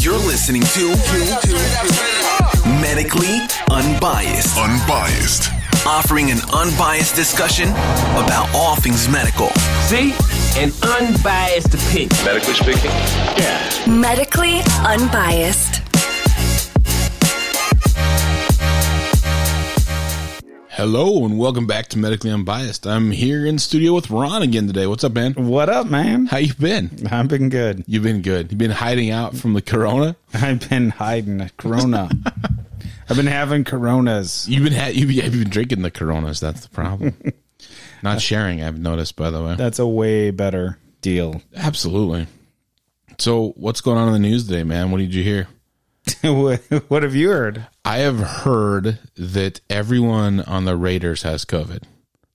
You're listening to Medically Unbiased, Unbiased. offering an unbiased discussion about all things medical. See? An unbiased opinion. medically speaking? Medically unbiased. Hello and welcome back to Medically Unbiased. I'm here in studio with Ron again today. What's up, man? What up, man? How you been? I've been good. You've been good. You've been hiding out from the corona. I've been hiding a corona. I've been having coronas. You've been ha- you've, you've been drinking the coronas. That's the problem. Not sharing. I've noticed, by the way. That's a way better deal. Absolutely. So, what's going on in the news today, man? What did you hear? what what have you heard? I have heard that everyone on the Raiders has COVID.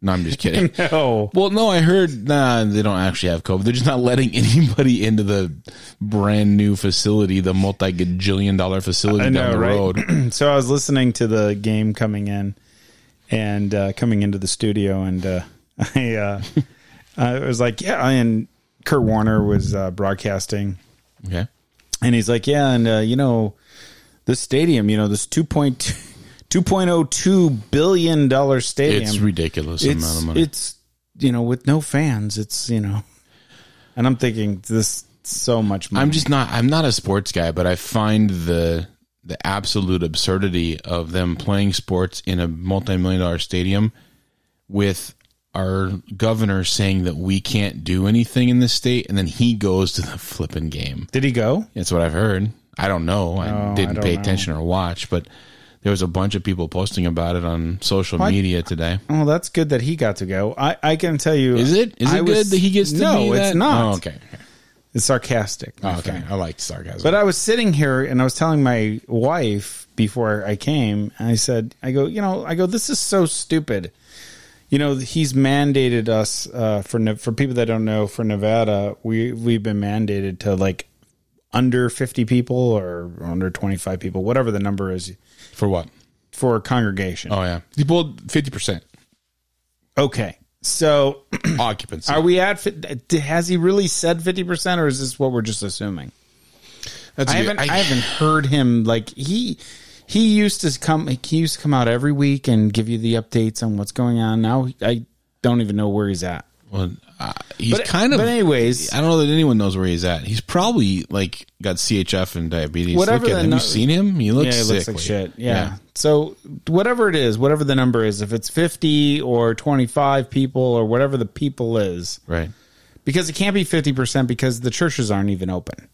No, I'm just kidding. No. Well, no, I heard nah, they don't actually have COVID. They're just not letting anybody into the brand new facility, the multi gajillion dollar facility I down know, the right? road. So I was listening to the game coming in and uh, coming into the studio, and uh, I uh, I was like, yeah, and Kurt Warner was uh, broadcasting. Okay. And he's like, yeah, and uh, you know, this stadium, you know, this 2.2 $2.02 billion dollar stadium. It's ridiculous It's- amount of money. It's, you know, with no fans, it's, you know. And I'm thinking this so much money. I'm just not I'm not a sports guy, but I find the the absolute absurdity of them playing sports in a multi million dollar stadium with our governor saying that we can't do anything in this state and then he goes to the flipping game. Did he go? That's what I've heard. I don't know. I I didn't don't pay know. attention or watch, but there was a bunch of people posting about it on social I- media today. Well, that's good that he got to go. I, I can tell you. Is it? Is it I good was- that he gets to No, be it's that? not. Oh, okay. Oh, It's sarcastic. my Okay. friend. I like sarcasm. But I was sitting here and I was telling my wife before I came, and I said, I go, you know, I go, this is so stupid. You know, he's mandated us uh, for Ne- for people that don't know for Nevada, we we've been mandated to like under 50 people or under 25 people, whatever the number is For what? for a congregation. Oh yeah. He pulled fifty percent Okay. So, occupancy. are we at fif- has he really said 50% or is this what we're just assuming? That's I good. haven't I, haven't heard him like he he used to come he used to come out every week and give you the updates on what's going on. Now I don't even know where he's at. Well, uh, he's But- kind of. but anyways- I don't know that anyone knows where he's at. He's probably like got CHF and diabetes. Whatever Look at the him. nu- you seen him? He looks yeah, sick. it looks like shit. Yeah. So whatever it is, whatever the number is, if it's fifty or twenty five people or whatever the people is, Right. because it can't be fifty percent because the churches aren't even open.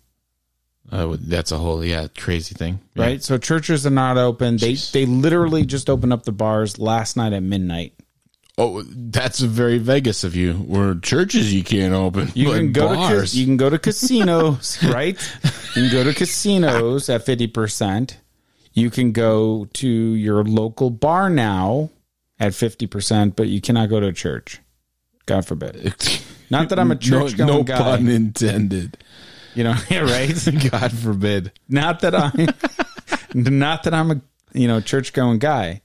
Uh, well, that's a whole yeah crazy thing. Yeah. Right? So churches are not open. They Jeez. they literally just opened up the bars last night at midnight. Oh, that's very Vegas of you. Where churches you can't open. You but can go to bars. cas- you can go to casinos, right? You can go to casinos at fifty percent. You can go to your local bar now at fifty percent, but you cannot go to a church. God forbid. Not that I'm a no, church going no guy. pun intended. You know, yeah, right? God forbid. Not that I, not that I'm a you know church going guy.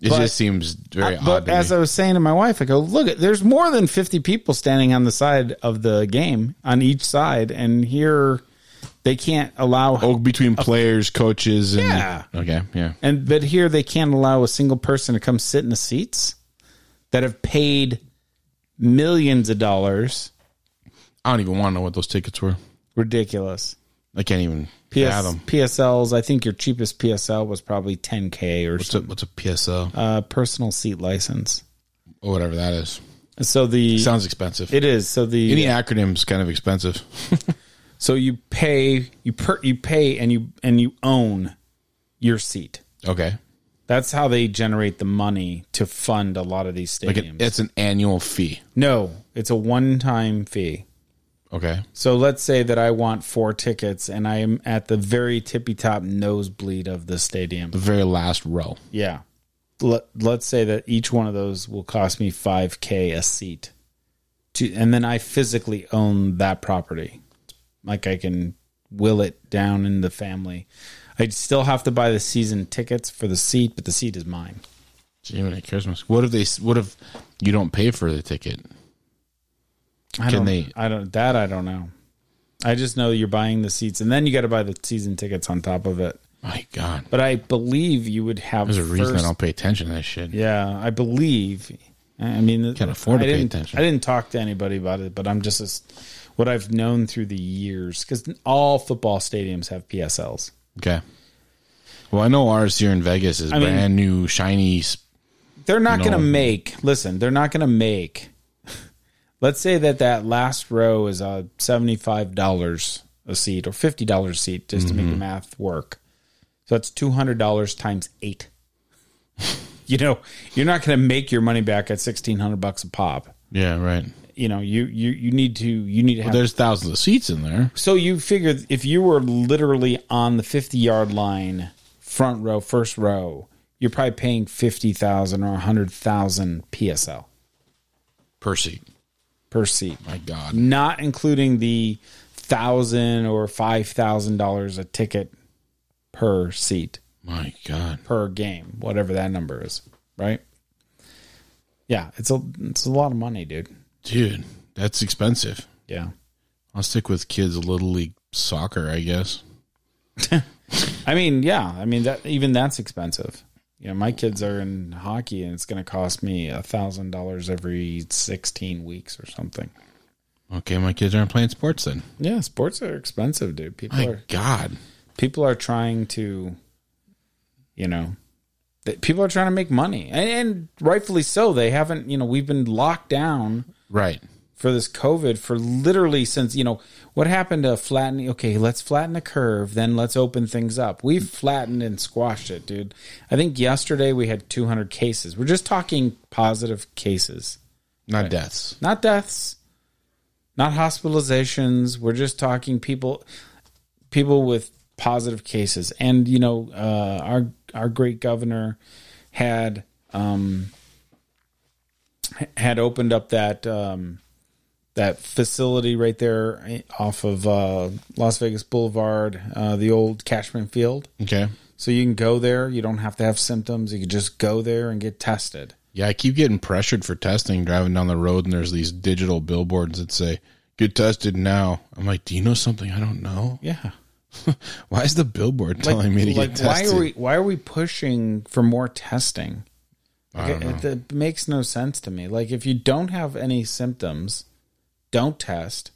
It But- just seems very Uh, odd. but to as me. I was saying to my wife, I go, look, there's more than 50 people standing on the side of the game on each side, and here they can't allow. oh, between players, coaches, and Yeah. okay, yeah. And but here they can't allow a single person to come sit in the seats that have paid millions of dollars. I don't even want to know what those tickets were. Ridiculous. I can't even PS, fathom. PSLs. I think your cheapest PSL was probably 10k or What's a, what's a PSO uh, personal seat license. or whatever that is? So the Sounds expensive. it is so the Any acronym's kind of expensive. So you pay you per you pay and you and you own your seat. Okay, That's how they generate the money to fund a lot of these like stadiums. an, it's an annual fee. no, it's a one-time fee. Okay, So let's say that I want four tickets and I am at the very tippy top nosebleed of the stadium. the very last row. Yeah. Let, let's say that each one of those will cost me 5k a seat. To and then I physically own that property. Like I can will it down in the family. I'd still have to buy the season tickets for the seat, but the seat is mine. Jiminy Christmas. What if they? s- What if you don't pay for the ticket? I Can don't, they- I don't that I don't know. I just know you're buying the seats, and then you got to buy the season tickets on top of it. My God, But I believe you would have. there's a reason first- I don't pay attention to that shit. Yeah, I believe. I mean, Can't afford to I pay didn't- attention. I didn't talk to anybody about it, but I'm just as, what I've known through the years because all football stadiums have PSLs. Okay. Well, I know ours here in Vegas is I mean- brand new, shiny. sp- They're not No. going to make. Listen, they're not going to make. Let's say that that last row is uh, seventy five dollars a seat or fifty dollars a seat just to make Mm-hmm. the math work. So that's two hundred dollars times eight. you know, you're not going to make your money back at sixteen hundred bucks a pop. Yeah, right. you know you you you need to you need to have There's thousands of seats in there. so you figure if you were literally on the 50 yard line front row first row you're probably paying 50,000 or 100,000 PSL per seat. per seat My God. not including the 1000 or $5,000 a ticket per seat My God. per game whatever that number is right yeah it's a it's a lot of money dude Dude, that's expensive. yeah I'll stick with kids' little league soccer, I guess. I mean, yeah. I mean that even that's expensive. You know, my kids are in hockey, and it's going to cost me a thousand dollars every sixteen weeks or something. Okay, my kids aren't playing sports then. Yeah, sports are expensive, dude. People My are God. people are trying to, you know, that people are trying to make money, and, and rightfully so. They haven't, you know, we've been locked down Right. for this COVID for literally since you know what happened to flattening. Okay, let's flatten a curve, then let's open things up. We've flattened and squashed it, dude. I think yesterday we had 200 cases. We're just talking positive cases, Not deaths. not deaths, not hospitalizations. We're just talking people, people with positive cases. And you know, uh, our our great governor had um, h- had opened up that. Um, that facility right there off of uh, Las Vegas Boulevard, uh, the old Cashman Field. Okay. So you can go there. You don't have to have symptoms. You can just go there and get tested. Yeah, I keep getting pressured for testing driving down the road, and there's these digital billboards that say, Get tested now. I'm like, Do you know something I don't know? Yeah. Why is the billboard telling me to get why tested? are we why are we pushing for more testing? I don't know. it, it makes no sense to me. Like if you don't have any symptoms, don't test.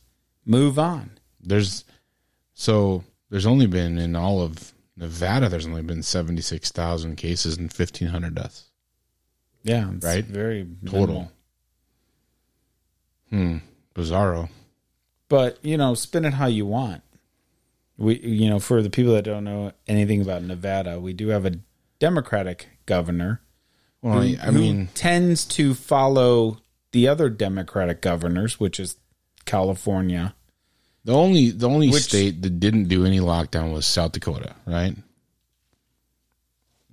Move on. there's so there's only been in all of Nevada, there's only been 76,000 cases and 1,500 deaths. Yeah, it's Right. Very Total. minimal. Bizarro. but you know, spin it how you want. We, you know, for the people that don't know anything about Nevada, we do have a Democratic governor Well, I, I mean, who tends to follow the other Democratic governors, which is California. the only the only Which- state that didn't do any lockdown was South Dakota, right?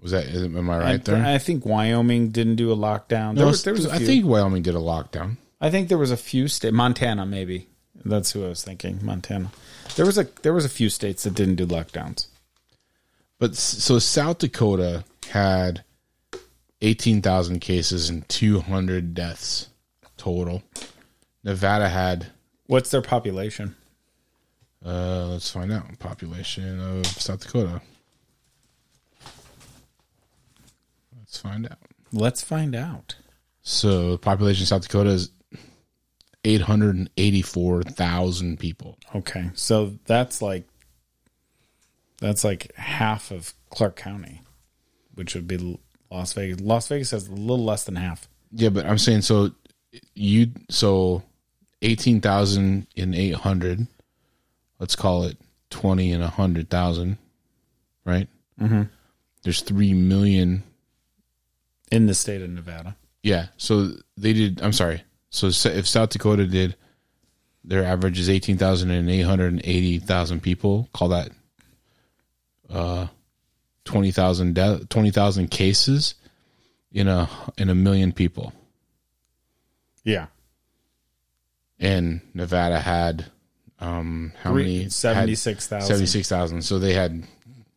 Was that am I right I, there? I think Wyoming didn't do a lockdown. No, there was, there was a I few. think Wyoming did a lockdown. I think there was a few state Montana maybe. That's who I was thinking. Montana. There was a there was a few states that didn't do lockdowns. But s- so South Dakota had 18,000 cases and 200 deaths total. Nevada had What's their population? Uh, let's find out. Population of South Dakota. Let's find out. Let's find out. So, the population of South Dakota is 884,000 people. Okay, so that's like that's like half of Clark County, which would be L- Las Vegas. Las Vegas has a little less than half. Yeah, but I'm saying so you so 18,800. Let's call it 20 and 100,000, right? Mm-hmm. There's 3 million in the state of Nevada. Yeah. So they did. I'm sorry. So s- if South Dakota did, their average is eighteen thousand and eight hundred and eighty thousand people. Call that uh, twenty thousand de- twenty thousand cases in a in a million people. Yeah, And Nevada had um, how Three- many 76,000. Seventy six thousand. So they had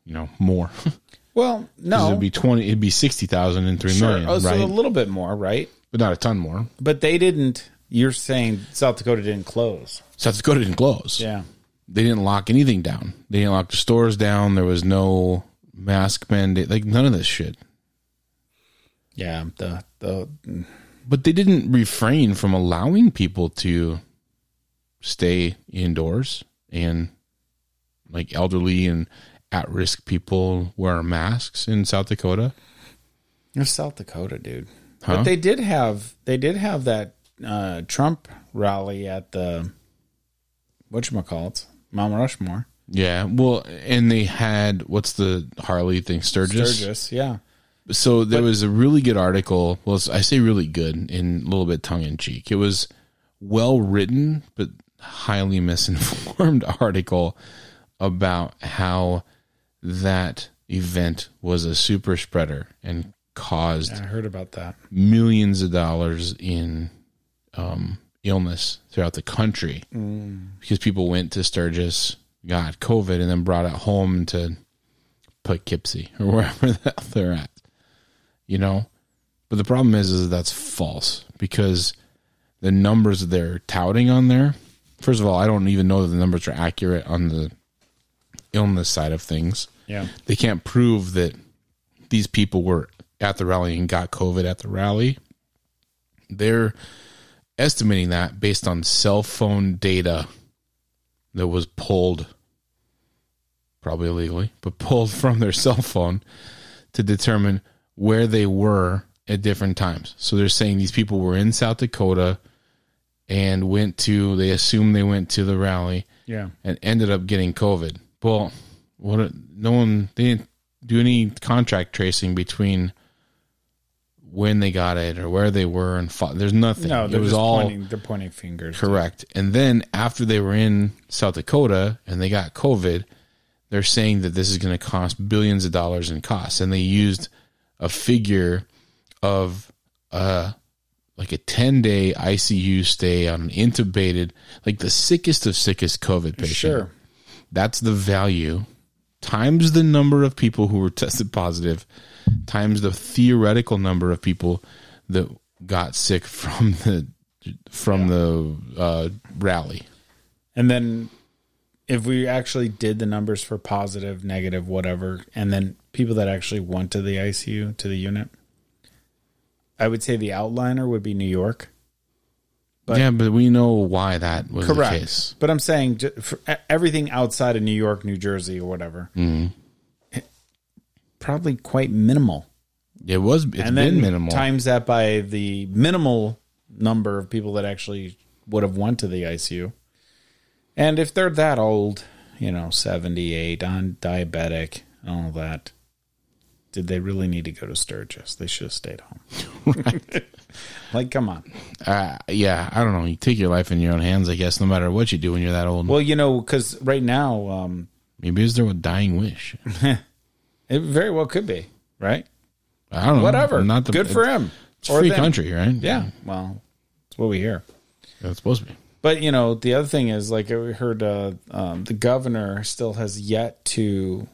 you know more. 'Cause Well, no, It'd be twenty. It'd be sixty thousand and three sure. million, Oh, so a right? little bit more, right? but not a ton more. But they didn't. You're saying South Dakota didn't close? South Dakota didn't close. Yeah, they didn't lock anything down. They didn't lock the stores down. There was no mask mandate, like none of this shit. Yeah, the the But they didn't refrain from allowing people to stay indoors and like elderly and at risk people wear masks in South Dakota. It's South Dakota, dude. Huh? But they did have they did have that uh, Trump rally at the whatchamacallit, Mount Rushmore. Yeah. Well, and they had what's the Harley thing? Sturgis. Sturgis, yeah. So there was a really good article. Well, I say really good in a little bit tongue in cheek. It was well written, but highly misinformed article about how that event was a super spreader and caused I heard about that. millions of dollars in um, illness throughout the country because people went to Sturgis, got COVID, and then brought it home to Poughkeepsie or wherever the hell they're at. You know, but the problem is, is that's false because the numbers they're touting on there. First of all, I don't even know that the numbers are accurate on the illness side of things Yeah. they can't prove that these people were at the rally and got COVID at the rally. They're estimating that based on cell phone data that was pulled, probably illegally, but pulled from their cell phone to determine where they were at different times. So they're saying these people were in South Dakota and went to, they assume they went to the rally Yeah. and ended up getting COVID. Well, what? a- No one they didn't do any contract tracing between when they got it or where they were, and fought. there's nothing. No, it they're was just all pointing they're pointing fingers. correct. And then after they were in South Dakota and they got COVID, they're saying that this is going to cost billions of dollars in costs, and they used a figure of uh like a 10 day ICU stay on an intubated, like the sickest of sickest COVID patient. Sure. That's the value times the number of people who were tested positive times the theoretical number of people that got sick from the from the uh, rally. And then if we actually did the numbers for positive, negative, whatever, and then people that actually went to the ICU, to the unit, I would say the outliner would be New York. But- yeah, but we know why that was the case. But I'm saying ju- for e- everything outside of New York, New Jersey, or whatever, Mm-hmm. probably quite minimal. It was It's and then been minimal. times that by the minimal number of people that actually would have went to the ICU. And if they're that old, you know, 78, on diabetic, all that, did they really need to go to Sturgis? They should have stayed home. like, come on. Uh, yeah, I don't know. You take your life in your own hands, I guess. No matter what you do when you're that old, Well, you know, because right now, um, maybe it's their dying wish. it very well could be, right? I don't know. Whatever. I'm Not the- Good for him. It's a free them. country, right? Yeah. Well, that's what we hear. that's supposed to be. But you know, the other thing is, like I heard, uh, um, the governor still has yet to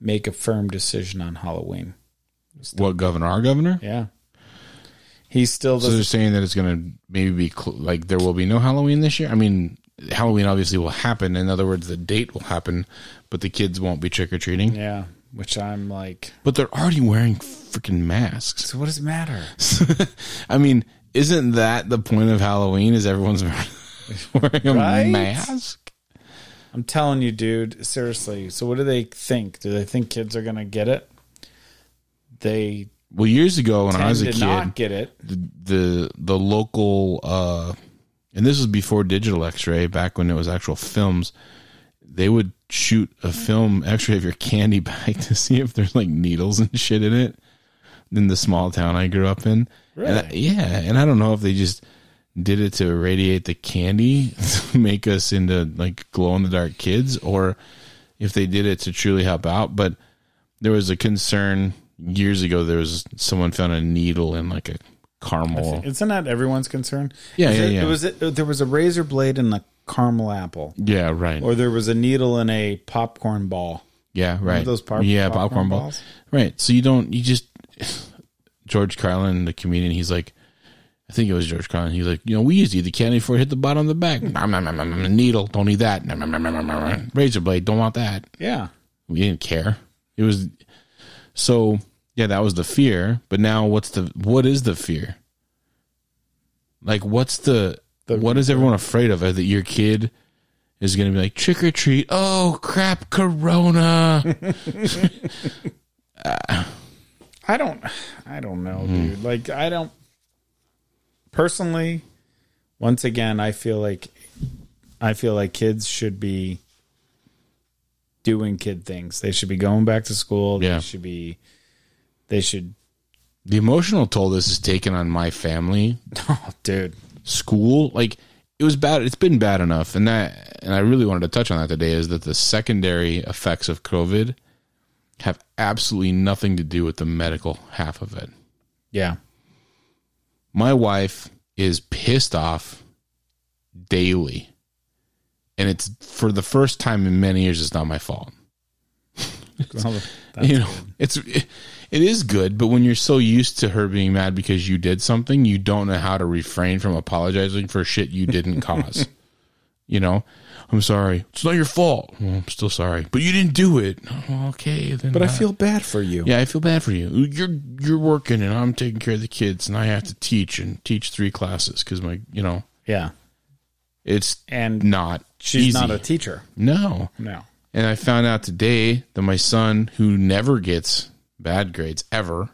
make a firm decision on Halloween. What governor? Our governor? Yeah, he's still So they're doesn't. saying that it's going to maybe be cl- like there will be no Halloween this year. I mean, Halloween obviously will happen. In other words, the date will happen, but the kids won't be trick or treating. yeah, which I'm like, But they're already wearing freaking masks. so what does it matter? I mean, isn't that the point of Halloween? Is everyone's wearing a Right? mask? I'm telling you, dude. Seriously. So what do they think? Do they think kids are gonna get it? They Well, years ago when I tend was a to kid, not get it. the the local uh and this was before digital x-ray back when it was actual films they would shoot a film x-ray of your candy bag to see if there's like needles and shit in it in the small town i grew up in And I- Really? yeah and i don't know if they just did it to irradiate the candy to make us into like glow-in-the-dark kids or if they did it to truly help out but there was a concern years ago there was someone found a needle in like a caramel Isn't that everyone's concern? Yeah, Is yeah, it, yeah. It was there was a razor blade in the caramel apple, yeah right or there was a needle in a popcorn ball. yeah right those pop- yeah popcorn popcorn, ball. balls? right so you don't you just george carlin the comedian he's like I think it was George Carlin. He's like, you know, we used to eat the candy before it hit the bottom of the back. Nom, nom, nom, nom, nom, Needle, don't need that. Nom, nom, nom, nom, nom, nom. Razor blade, don't want that. Yeah. We didn't care. It was so yeah, that was the fear. But now, what's the what is the fear? Like, what's the, The- what is everyone afraid of? That your kid is going to be like trick or treat? Oh crap, Corona! I don't I don't know, Hmm. dude. Like I don't personally once again I feel like I feel like kids should be doing kid things. They should be going back to school. Yeah. They should be they should the emotional toll this is taken on my family Oh, dude. school like it was bad it's been bad enough and that and i really wanted to touch on that today is that the secondary effects of covid have absolutely nothing to do with the medical half of it Yeah. my wife is pissed off daily and it's for the first time in many years it's not my fault Well, you know it's it is good but when you're so used to her being mad because you did something you don't know how to refrain from apologizing for shit you didn't cause you know i'm sorry it's not your fault well, i'm still sorry but you didn't do it "Oh, okay then but I uh, feel bad for you. yeah i feel bad for you you're you're working and i'm taking care of the kids and i have to teach and teach three classes because my you know Yeah. it's And not She's easy. not a teacher. no No. and I found out today that my son, who never gets bad grades ever,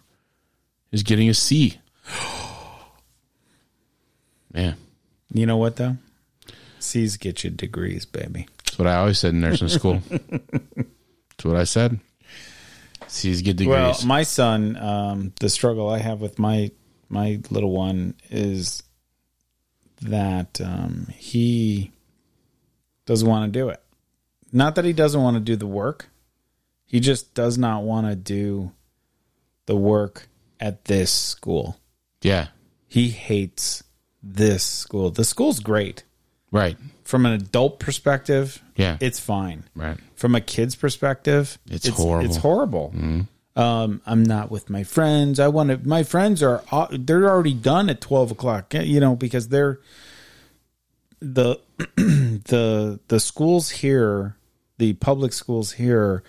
is getting a C. Man, You know what though? C's get you degrees, baby. that's what I always said in nursing school. that's what I said. C's get degrees. Well, my son, um, the struggle I have with my my little one is that um, he doesn't want to do it. Not that he doesn't want to do the work, he just does not want to do the work at this school. yeah, He hates this school. The school's great right. from an adult perspective. Yeah. it's fine Right. from a kid's perspective, It's horrible. Mm-hmm. It's horrible. Um, I'm not with my friends. I want to. My friends are au- they're already done at twelve o'clock. eh, You know because they're the the the schools here, the public schools here.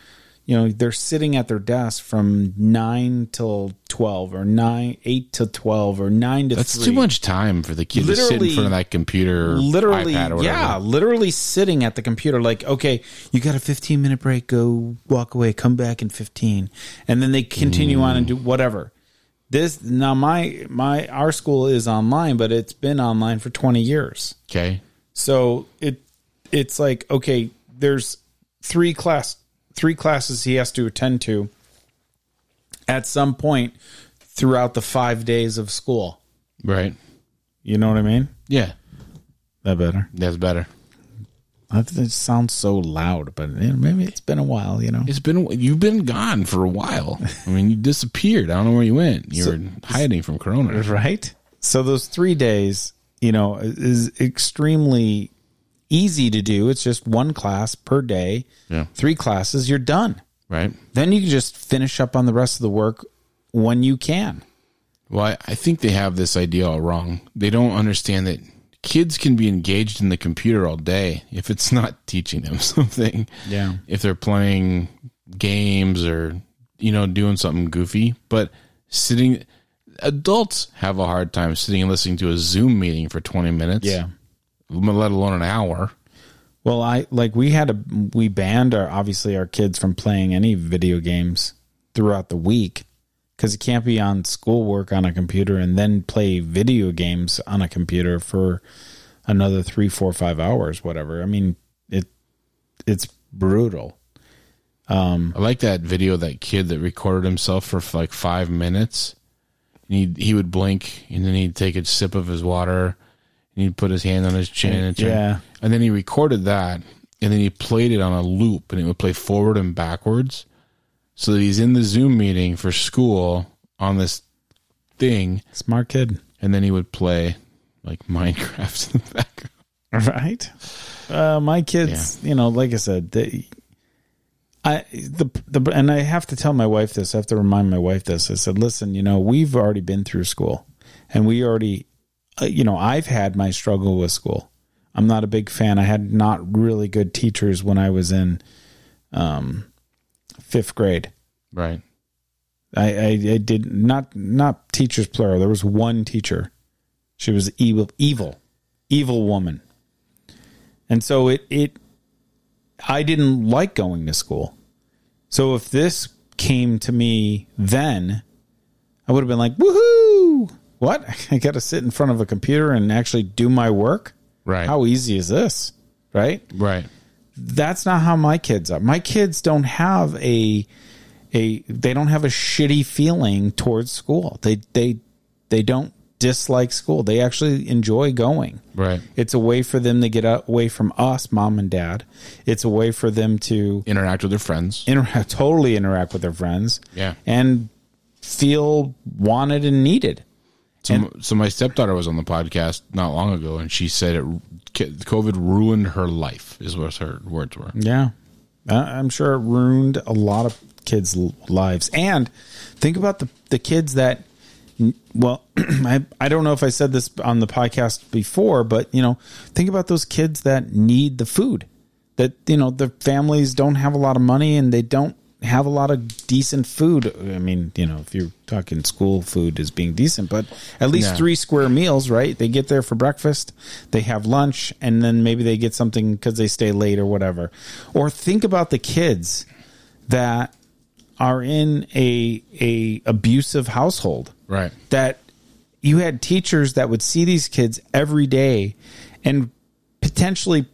You know they're sitting at their desk from nine till twelve, or nine eight to twelve, or nine to That's three. too much time for the kid to sit in Literally- front of that computer, or literally iPad or whatever. yeah literally sitting at the computer like okay you got a 15 minute break go walk away come back in 15 and then they continue on and do whatever this now my my our school is online but it's been online for 20 years Okay. so it it's like okay, there's three class three classes he has to attend to at some point throughout the 5 days of school. Right. You know what I mean? Yeah. That better. That's better. That that sounds so loud, but eh, maybe it's been a while, you know. It's been you've been gone for a while. I mean, you disappeared. I don't know where you went. You were hiding from Corona. Right? So those 3 days, you know, is extremely easy to do. It's just one class per day. Yeah. Three classes, you're done. Right. then you can just finish up on the rest of the work when you can. Well, I, I think they have this idea all wrong. They don't understand that kids can be engaged in the computer all day if it's not teaching them something. Yeah. If they're playing games or, you know, doing something goofy. But sitting, adults have a hard time sitting and listening to a Zoom meeting for 20 minutes, let alone an hour. Well, I like we had a we banned our obviously our kids from playing any video games throughout the week because it can't be on schoolwork on a computer and then play video games on a computer for another three, four, five hours, whatever. I mean, it it's brutal. I like that video of that kid that recorded himself for like five minutes. And he he would blink and then he'd take a sip of his water and he'd put his hand on his chin and chin. Yeah. and then he recorded that and then he played it on a loop and it would play forward and backwards so that he's in the Zoom meeting for school on this thing Smart kid, and then he would play like Minecraft in the background. right? Uh, my kids, you know, like I said, they, I the the and I have to tell my wife this. I have to remind my wife this. I said, listen, you know, we've already been through school, and we already uh, you know, I've had my struggle with school. I'm not a big fan. I had not really good teachers when I was in um, fifth grade. Right. I, I, I did not not teachers plural. There was one teacher. She was evil, evil, evil woman. And so it it I didn't like going to school. So if this came to me then, I would have been like, "Woohoo! What? I got to sit in front of a computer and actually do my work? Right. How easy is this?" Right? right. that's not how my kids are. My kids don't have a a they don't have a shitty feeling towards school. They they they don't dislike school. They actually enjoy going. Right. It's a way for them to get away from us, mom and dad. It's a way for them to Interact with their friends. interact, totally interact with their friends. Yeah. And feel wanted and needed. So, m so my stepdaughter was on the podcast not long ago, and she said it. ki- COVID ruined her life, is what her words were. Yeah. I- I'm sure it ruined a lot of kids' l- lives. And think about the, the kids that, well, I, I don't know if I said this on the podcast before, but, you know, think about those kids that need the food, that, you know, their families don't have a lot of money and they don't have a lot of decent food. I mean, you know, if you're talking school food is being decent, but at least Yeah. three square meals, right? They get there for breakfast, they have lunch, and then maybe they get something because they stay late or whatever. Or think about the kids that are in a a abusive household Right. that you had teachers that would see these kids every day and potentially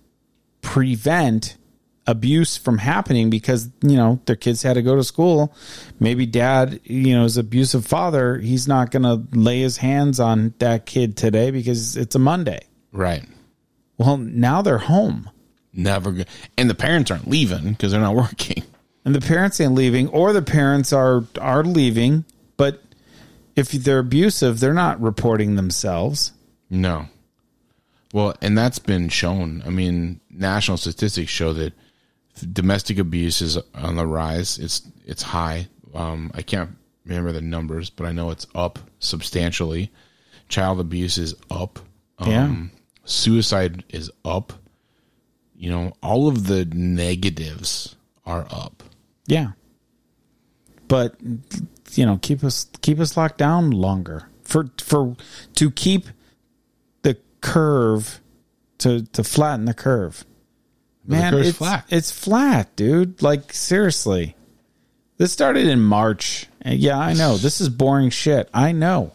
prevent abuse from happening because you know their kids had to go to school maybe dad you know is abusive father he's not going to lay his hands on that kid today because it's a monday Right. well now they're home Never. Go- and the parents aren't leaving because they're not working. and the parents ain't leaving or the parents are are leaving but if they're abusive they're not reporting themselves No. Well, and that's been shown. I mean, national statistics show that domestic abuse is on the rise. It's it's high. Um, I can't remember the numbers, but I know it's up substantially. Child abuse is up. Um, Yeah. Suicide is up. You know, all of the negatives are up. Yeah. But you know, keep us keep us locked down longer for for to keep the curve to to flatten the curve. Man, curve's it's flat. it's flat, dude. Like seriously. This started in March. And Yeah, I know. This is boring shit. I know.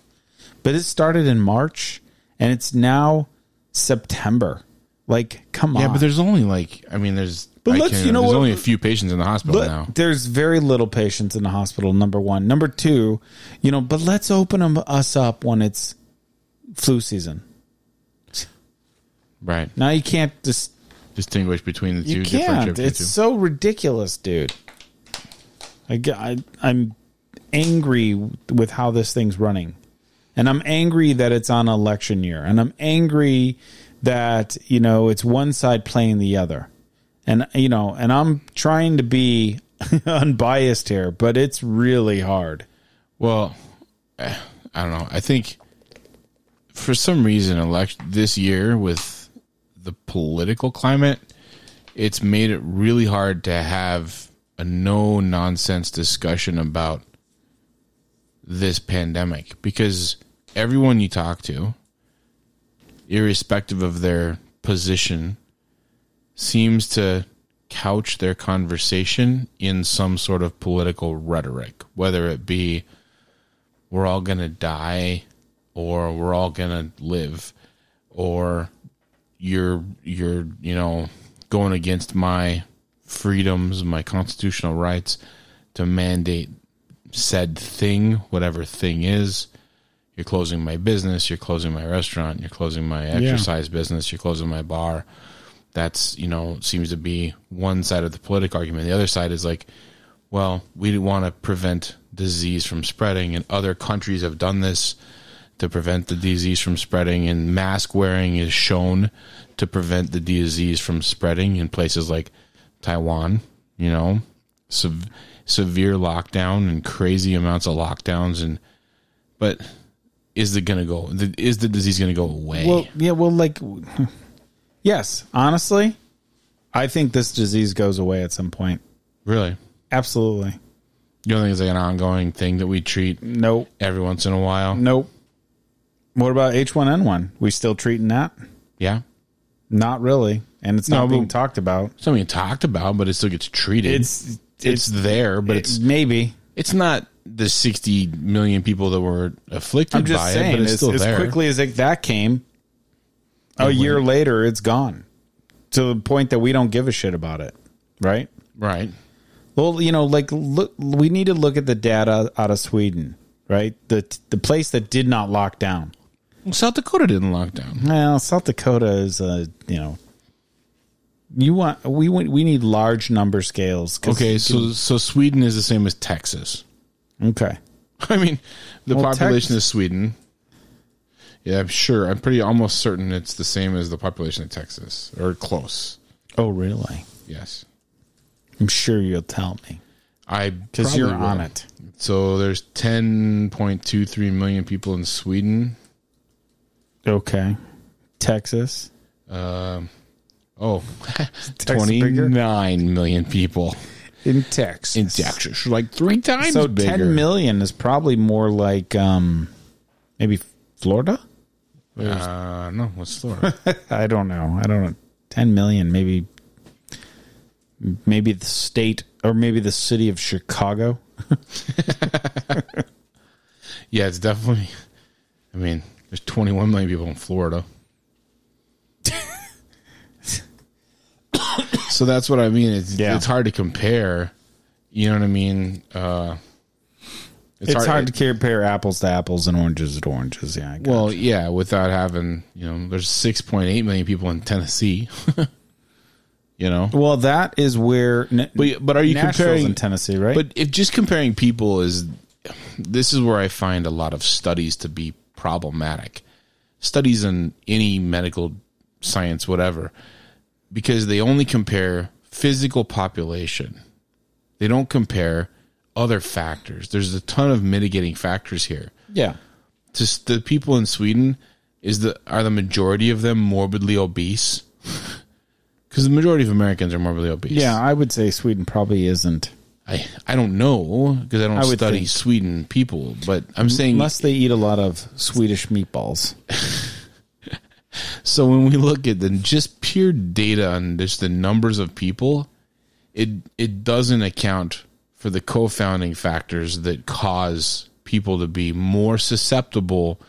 But it started in March and it's now September. Like, come on. Yeah, but there's only like I mean, there's But I let's- can't- you know there's what- only a few patients in the hospital But now. There's very little patients in the hospital. Number one, number two, you know. But let's open 'em- us up when it's flu season. Right. Now you can't just Distinguish between the two. you differentiate can't. between the It's two. so ridiculous, dude. I, ge- I I'm angry with how this thing's running, and I'm angry that it's on election year, and I'm angry that you know it's one side playing the other, and you know, and I'm trying to be unbiased here, but it's really hard. Well, eh, I don't know. I think for some reason, election this year with the political climate, it's made it really hard to have a no nonsense discussion about this pandemic because everyone you talk to, irrespective of their position, seems to couch their conversation in some sort of political rhetoric, whether it be we're all going to die or we're all going to live or you're you're you know going against my freedoms my constitutional rights to mandate said thing whatever thing is you're closing my business you're closing my restaurant you're closing my exercise business you're closing my bar that's you know seems to be one side of the political argument the other side is like well, we want to prevent disease from spreading, and other countries have done this to prevent the disease from spreading, and mask wearing is shown to prevent the disease from spreading in places like Taiwan, you know, sev- severe lockdown and crazy amounts of lockdowns and but is it going to go? the- Is the disease going to go away? Well, yeah, well, like, yes, honestly, I think this disease goes away at some point. really? Absolutely. You don't think it's like an ongoing thing that we treat Nope. every once in a while? Nope. What about H1N1? We still treating that? Yeah. Not really. And it's No, not being but- talked about. Something talked about, but it still gets treated. It's, it's it's, there, but it's maybe. it's not the 60 million people that were afflicted I'm just by it, saying, but it's as, still as there. quickly as it, that came, a year later, it's gone to the point that we don't give a shit about it. Right? right. Well, you know, like look, we need to look at the data out of Sweden, right? The the place that did not lock down. Well, South Dakota didn't lock down. Well, South Dakota is a you know, you want we want- we need large number scales. 'cause- Okay, so so Sweden is the same as Texas. okay, I mean, the Well, population Tex- of Sweden. Yeah, I'm sure. I'm pretty almost certain it's the same as the population of Texas or close. oh really? Yes. I'm sure you'll tell me I because probably you're will. on it. So there's 10.23 million people in Sweden. Okay, Texas. Oh, Texas bigger? 29 million people In Texas. in Texas. Like three times so bigger. 10 million is probably more like um, maybe Florida. Uh, no, what's Florida? I don't know. I don't know. Ten million, maybe, maybe the state or maybe the city of Chicago. yeah, it's definitely. I mean, there's 21 million people in Florida. so that's what I mean. It's, Yeah. it's hard to compare. You know what I mean? Uh, It's, hard, to compare apples to apples and oranges to oranges. Yeah. I guess. Well, yeah, without having, you know, there's 6.8 million people in Tennessee. you know? well, that is where. But, but are you Nashville's comparing in Tennessee, right? But if just comparing people is, this is where I find a lot of studies to be problematic. Studies in any medical science, whatever, because they only compare physical population. They don't compare other factors. There's a ton of mitigating factors here. yeah, Just the people in Sweden is the are the majority of them morbidly obese? Because the majority of Americans are morbidly obese. yeah, I would say Sweden probably isn't, I, I don't know because I don't I would study think- Sweden people, but I'm saying unless they eat a lot of Swedish meatballs. so when we look at the just pure data on just the numbers of people, it it doesn't account for the co-founding factors that cause people to be more susceptible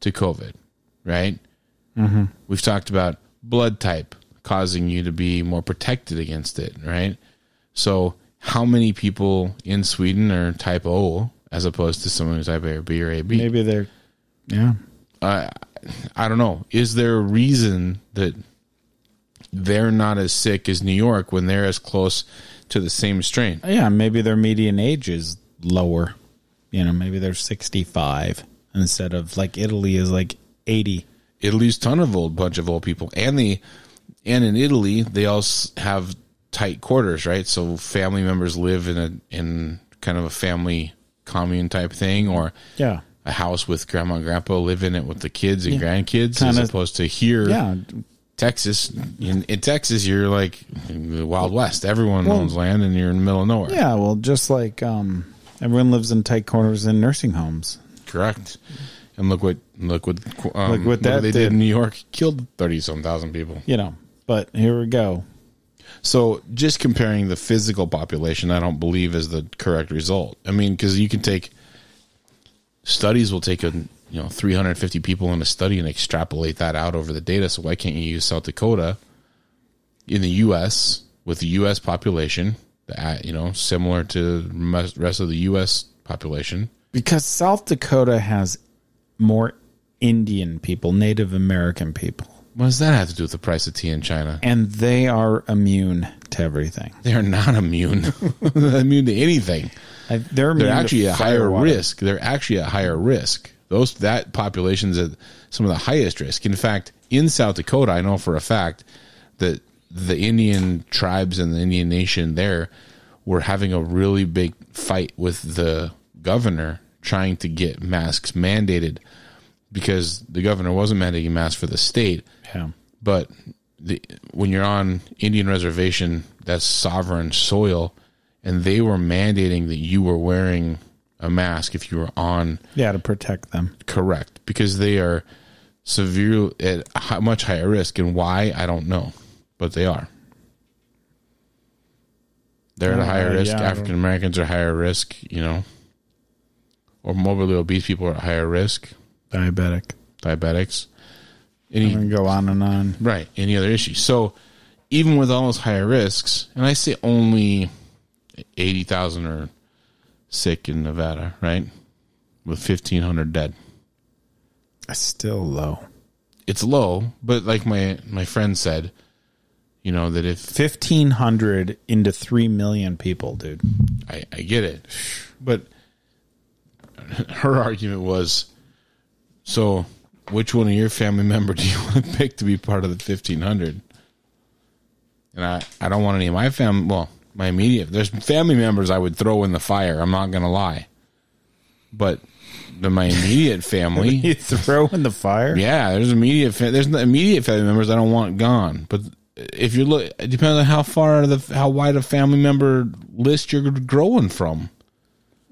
to COVID, right? We've talked about blood type causing you to be more protected against it, right? So, how many people in Sweden are type O as opposed to someone who's type A or B or AB? Maybe they're. Yeah. I don't know. Is there a reason that they're not as sick as New York when they're as close to the same strain? Yeah, maybe their median age is lower. You know, maybe they're 65 instead of like Italy is like 80. Italy's ton of old bunch of old people, and the and in Italy they all s- have tight quarters, right? So family members live in a in kind of a family commune type thing, or Yeah. a house with grandma and grandpa live in it with the kids and grandkids, Kinda- as opposed to here, Yeah, Texas. In, in Texas, you're like in the Wild West. Everyone owns land, and you're in the middle of nowhere. Yeah, well, just like um, everyone lives in tight corners in nursing homes. Correct. And look what look what um, Look what what that they did did. in New York. Killed thirty some thousand people. You know, but here we go. So just comparing the physical population, I don't believe is the correct result. I mean, because you can take studies will take a you know 350 people in a study and extrapolate that out over the data. So why can't you use South Dakota in the U.S. with the U.S. population, the, uh, you know, similar to the rest of the U.S. population? Because South Dakota has more Indian people, Native American people, What does that have to do with the price of tea in China? and they are immune to everything. They're not immune. They're immune to anything. I- They're, immune They're actually to at higher firewater. risk. They're actually at higher risk. Those that population's at some of the highest risk. In fact, in South Dakota, I know for a fact that the Indian tribes and the Indian nation there were having a really big fight with the governor trying to get masks mandated because the governor wasn't mandating masks for the state, Yeah. but the, when you're on Indian reservation, that's sovereign soil, and they were mandating that you were wearing a mask if you were on Yeah, to protect them. correct because they are severe at hi- much higher risk and why i don't know but they are they're at a Uh, higher risk yeah. african americans are higher risk you know or morbidly obese people are at higher risk Diabetic. diabetics I'm any going to go on and on. right any other issue so even with all those higher risks and i say only 80000 are sick in nevada right with 1500 dead It's still low. it's low, but like my my friend said, you know that if 1,500 into 3 million people, dude. I, I get it, but her argument was, so which one of your family member do you want to pick to be part of the fifteen hundred? And I I don't want any of my fam. Well, my immediate there's family members I would throw in the fire. I'm not gonna lie, but the, my immediate family You throw in the fire? Yeah, there's immediate fa- there's no- immediate family members I don't want gone. But if you look, it depends on how far the how wide a family member list you're growing from.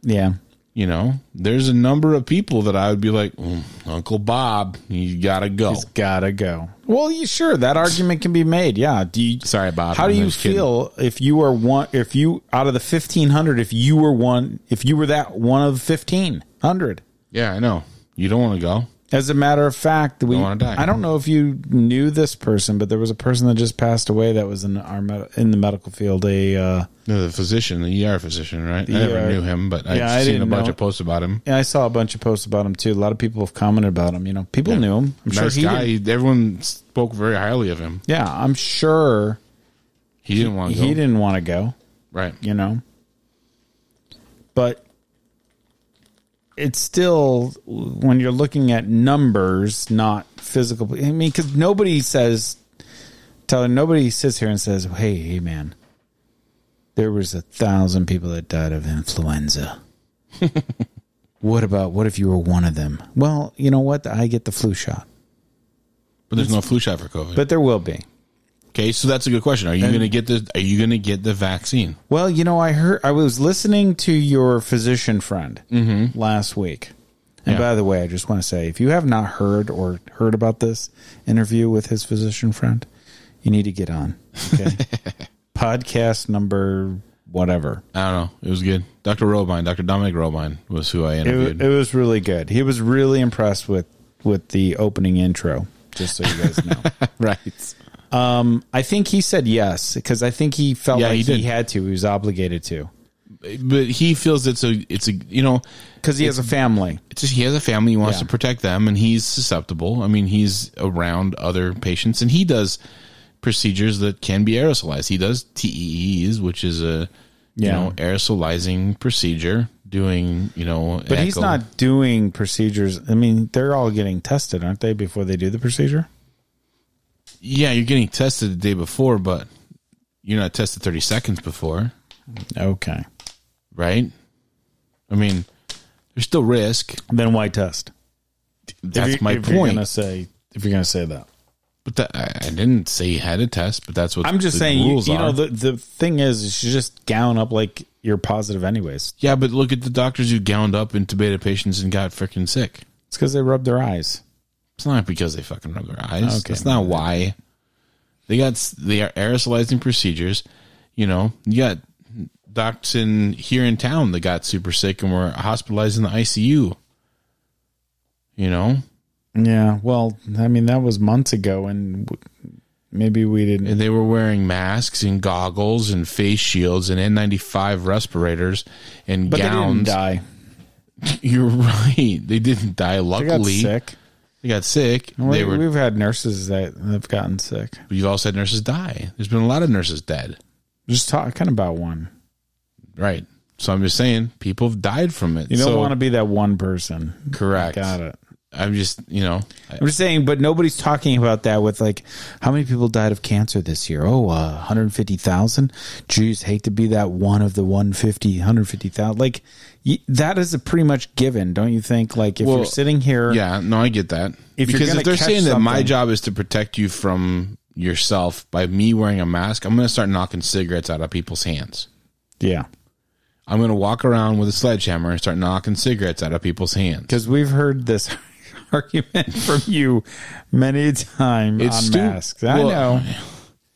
Yeah. You know, there's a number of people that I would be like, "Mm, Uncle Bob, you gotta go. It's gotta go. Well, you, sure that argument can be made. Yeah. Do you, Sorry, Bob. How do I'm you just kidding. feel if you were one? If you out of the fifteen hundred, if you were one, if you were that one of fifteen hundred. Yeah, I know. You don't want to go. As a matter of fact, we. Don't wanna die. I don't know if you knew this person, but there was a person that just passed away that was in our med- in the medical field. A uh, No, the physician, the ER physician, right? I never ER knew him, but I've Yeah, I seen a didn't bunch know. of posts about him. yeah, I saw a bunch of posts about him too. A lot of people have commented about him. You know, people knew him. I'm nice sure he. guy. did- He- Everyone spoke very highly of him. Yeah, I'm sure He didn't want to go. he didn't want to go. Right. you know. But it's still when you're looking at numbers, not physical. I mean, because nobody says, Tyler, nobody sits here and says, "Hey, hey, man, there was a thousand people that died of influenza." what about what if you were one of them? Well, you know what? I get the flu shot, But there's no flu shot for COVID. but there will be. Okay, so that's a good question. Are you going to get the Are you going to get the vaccine? Well, you know, I heard I was listening to your physician friend last week. And Yeah. by the way, I just want to say if you have not heard or heard about this interview with his physician friend, you need to get on. Okay. Podcast number whatever. I don't know. It was good. Dr. Robine, Dr. Dominic Robine was who I It, interviewed. it was really good. He was really impressed with with the opening intro, just so you guys know. right. Um, I think he said yes because I think he felt Yeah, like he he, did. had to. He was obligated to But he feels it's a it's a you know because he has a family. it's just, he has a family he wants Yeah. to protect them and he's susceptible. I mean he's around other patients and he does procedures that can be aerosolized. He does TEEs, which is a you Yeah. know aerosolizing procedure, doing you know. But he's not doing procedures. I mean, they're all getting tested, aren't they, before they do the procedure? Yeah, you're getting tested the day before, but you're not tested thirty seconds before. Okay. right? I mean, there's still risk. Then why test? That's If you- my if You're point. gonna say, if you're going to say that, but that, I, I didn't say you had a test, but that's what I'm just the saying. You, rules you know, are. the the thing is, is you just gown up like you're positive, anyways. yeah, but look at the doctors who gowned up intubated patients and got freaking sick. It's because they rub their eyes. It's not because they fucking rub their eyes. Okay. That's not why. They got s- they are aerosolizing procedures. You know, you got docs in here in town that got super sick and were hospitalized in the ICU. You know, Yeah. Well, I mean, that was months ago, and w- maybe we didn't. and they were wearing masks and goggles and face shields and N95 respirators and But gowns. they didn't die. You're right. They didn't die. They got Luckily, sick. They got sick. We, they were. We've had nurses that have gotten sick. You've also had nurses die. There's been a lot of nurses dead. Just talking about one. Right. So I'm just saying, people have died from it. You don't So- want to be that one person. correct. Got it. I'm just, you know, I- I'm just saying, but nobody's talking about that with like how many people died of cancer this year? Oh, uh, 150,000. Jeez, hate to be that one of the 150, 150,000. Like y- that is a pretty much given, don't you think? Like if you're Well, sitting here, yeah, no, I get that. If you're because gonna if they're catch saying that my something- job is to protect you from yourself by me wearing a mask, I'm going to start knocking cigarettes out of people's hands. yeah, I'm going to walk around with a sledgehammer and start knocking cigarettes out of people's hands. because we've heard this argument from you many a time It's on stu- masks. I well- know.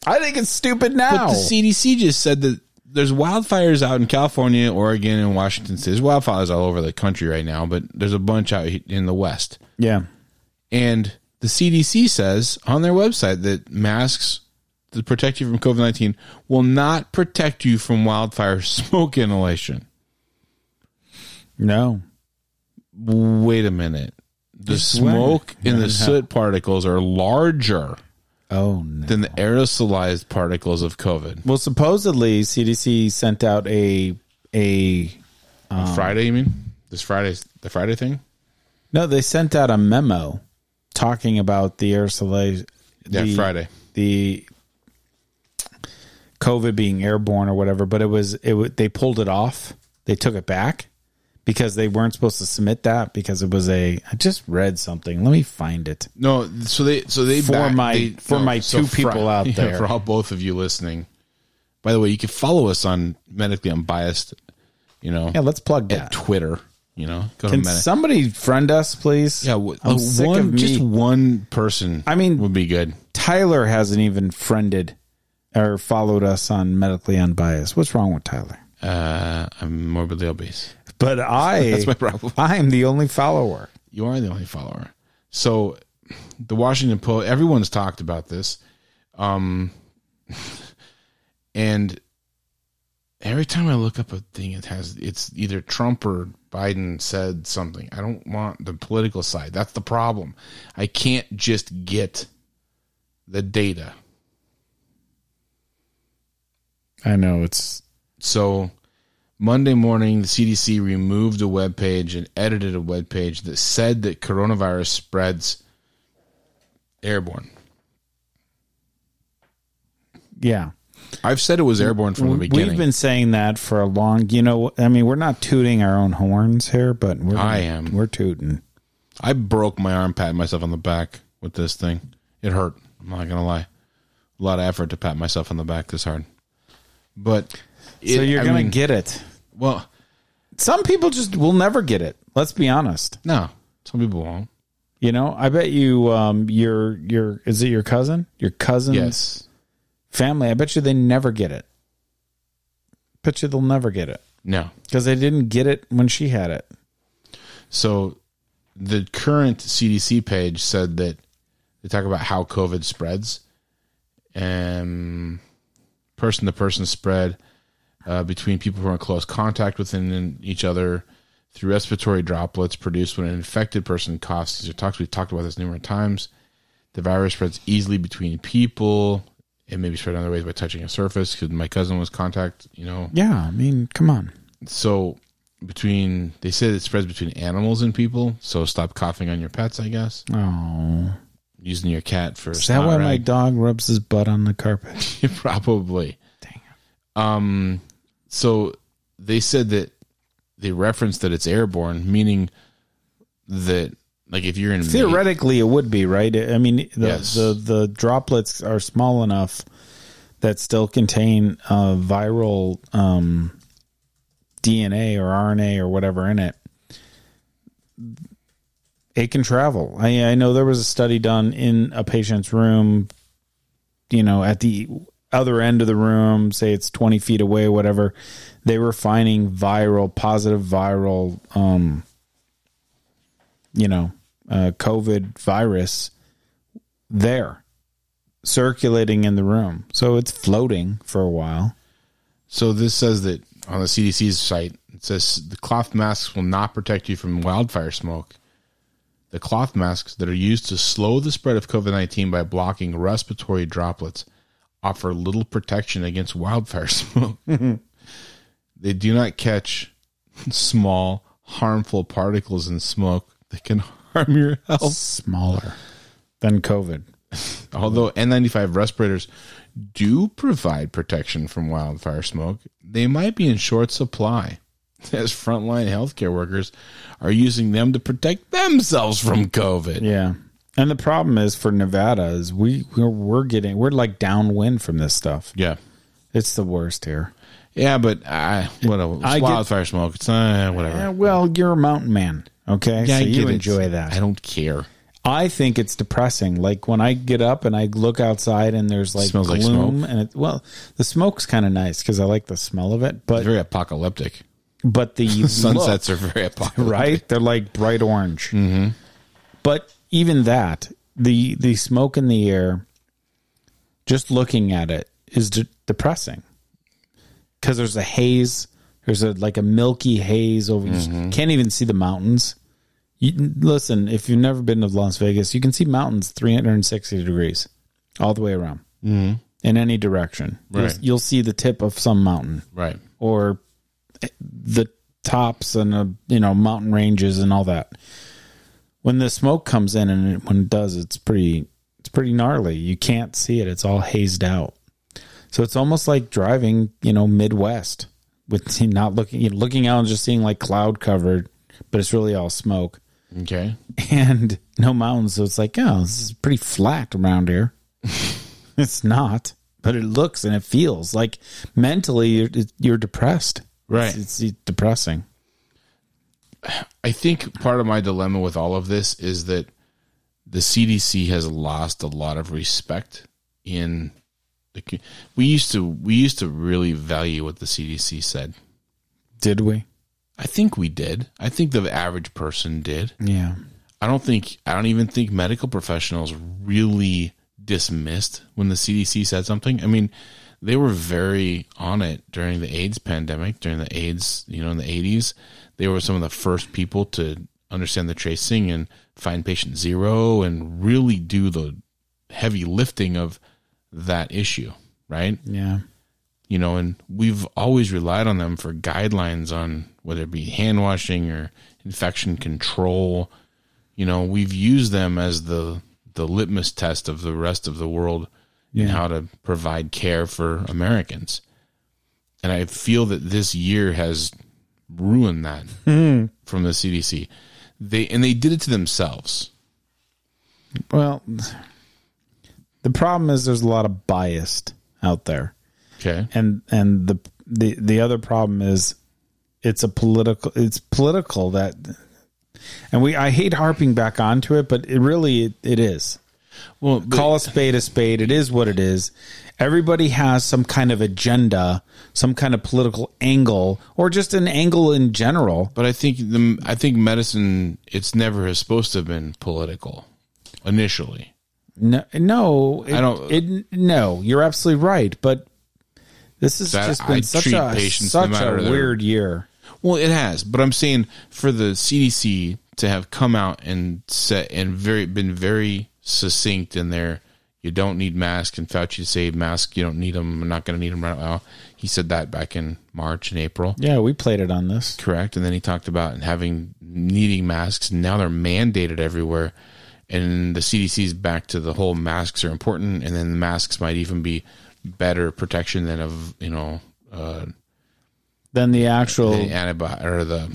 I think it's stupid now. But the CDC just said that there's wildfires out in California, Oregon, and Washington State. There's wildfires all over the country right now, but there's a bunch out he- in the West. yeah. And the CDC says on their website that masks to protect you from COVID 19 will not protect you from wildfire smoke inhalation. No. Wait a minute. The when- smoke and the soot particles are larger Oh, no. than the aerosolized particles of COVID. Well, supposedly CDC sent out a a Oh. On Friday, you mean? This Friday's the Friday thing? no, they sent out a memo talking about the aerosol Yeah, the, Friday. the COVID being airborne or whatever, but it was it wa- they pulled it off. They took it back because they weren't supposed to submit that because it was a I just read something. Let me find it. No, so they so they For back- my- they- for my two for- people out yeah, there. for all both of you listening. By the way, you can follow us on medically unbiased. You know, Yeah, let's plug at that. Twitter. You know, go Can to medic. somebody friend us, please? yeah, w- the I'm sick one of me. just one person. I mean- would be good. Tyler hasn't even friended or followed us on medically unbiased. What's wrong with Tyler? Uh, I'm morbidly obese. But I That's my problem. I'm the only follower. You are the only follower. So, the Washington Post. Everyone's talked about this, um, and every time I look up a thing, it has it's either Trump or Biden said something. I don't want the political side. That's the problem. I can't just get the data. I know it's So Monday morning, the CDC removed a web page and edited a web page that said that coronavirus spreads airborne. yeah. I've said it was airborne from the beginning. We've been saying that for a long. You know, I mean, we're not tooting our own horns here, but we're I am. We're tooting. I broke my arm patting myself on the back with this thing. It hurt. I'm not gonna lie. A lot of effort to pat myself on the back this hard. But it- so you're I gonna mean, get it. well. Some people just will never get it. Let's be honest. No, some people won't. You know, I bet you um your your is it your cousin? Your cousin's Yes. family. I bet you they never get it. Bet you they'll never get it No. because they didn't get it when she had it. So the current CDC page said that they talk about how COVID spreads and person to person spread uh, between people who are in close contact within each other through respiratory droplets produced when an infected person coughs or talks. We've talked about this numerous times. The virus spreads easily between people. It may be spread other ways by touching a surface because my cousin was contact, you know, Yeah, I mean, come on. so between they said it spreads between animals and people so stop coughing on your pets i guess Oh, using your cat for a is that snot why my rag. dog rubs his butt on the carpet? probably Dang it. um so they said that they referenced that it's airborne meaning that like if you're in Ma- Theoretically, it would be right. I mean, the Yes. the, the droplets are small enough that still contain uh, viral um, DNA or RNA or whatever in it. It can travel. I, I know there was a study done in a patient's room. You know, at the other end of the room, say it's twenty feet away, whatever. They were finding viral, positive viral. Um, you know, uh, COVID virus there circulating in the room. So it's floating for a while. so this says that on the cdc's site it says the cloth masks will not protect you from wildfire smoke the cloth masks that are used to slow the spread of COVID 19 by blocking respiratory droplets offer little protection against wildfire smoke. they do not catch small, harmful particles in smoke that can harm your health. Smaller than COVID. Although N95 respirators do provide protection from wildfire smoke, they might be in short supply as frontline healthcare workers are using them to protect themselves from COVID. Yeah. And the problem is for Nevada is we we're, we're getting we're like downwind from this stuff. Yeah. It's the worst here. Yeah, but I, what a I get- wildfire smoke. It's uh, whatever. Eh, well, you're a mountain man, okay? Yeah, I so get you it. enjoy that. I don't care. I think it's depressing. Like when I get up and I look outside and there's like Smells like gloom and it, well, the smoke's kind of nice because I like the smell of it, It's but very apocalyptic. but the Sunsets look, are very apocalyptic. right. They're like bright orange. But even that, the the smoke in the air, just looking at it is de- depressing because there's a haze. There's a like a milky haze over. You can't even see the mountains. You, listen, if you've never been to Las Vegas, you can see mountains 360 degrees all the way around in any direction. You'll- Right. you'll see the tip of some mountain Right. or the tops and uh, you know mountain ranges and all that. When the smoke comes in and it, when it does, it's pretty it's pretty gnarly. You can't see it; it's all hazed out. So it's almost like driving, you know, Midwest with not looking you know, looking out and just seeing like cloud covered, but it's really all smoke Okay. and no mountains. So it's like, oh, this is pretty flat around here. it's not, but it looks and it feels like mentally you're, it- you're depressed. Right. It's, it's depressing. I think part of my dilemma with all of this is that the CDC has lost a lot of respect in the co- we used to we used to really value what the CDC said. Did we? I think we did. I think the average person did. Yeah. I don't think I don't even think medical professionals really dismissed when the CDC said something. I mean, they were very on it during the AIDS pandemic, during the AIDS, you know, in the eighties. They were some of the first people to understand the tracing and find patient zero and really do the heavy lifting of that issue, right? Yeah. you know, and we've always relied on them for guidelines on whether it be hand washing or infection control. You know, we've used them as the the litmus test of the rest of the world and how to provide care for Americans. And I feel that this year has ruined that from the CDC. They and they did it to themselves. Well, the problem is there's a lot of biased out there. Okay. and and the the the other problem is it's a political it's political that and we I hate harping back onto it but it really it, it is Well, call a spade a spade it is what it is everybody has some kind of agenda some kind of political angle or just an angle in general But I think the I think medicine it's never supposed to have been political initially. no no it, I don't- it, no you're absolutely right but this has That just been I such treat a patients no such matter a their- weird year Well, it has, but I'm saying for the CDC to have come out and set and very been very succinct in there. You don't need masks, and Fauci said masks. You don't need them. I'm not going to need them right now. He said that back in March and April. yeah we played it on this correct and then he talked about having needing masks now they're mandated everywhere and the cdc's back to the whole masks are important and then masks might even be better protection than of you know uh then the actual the antibody or the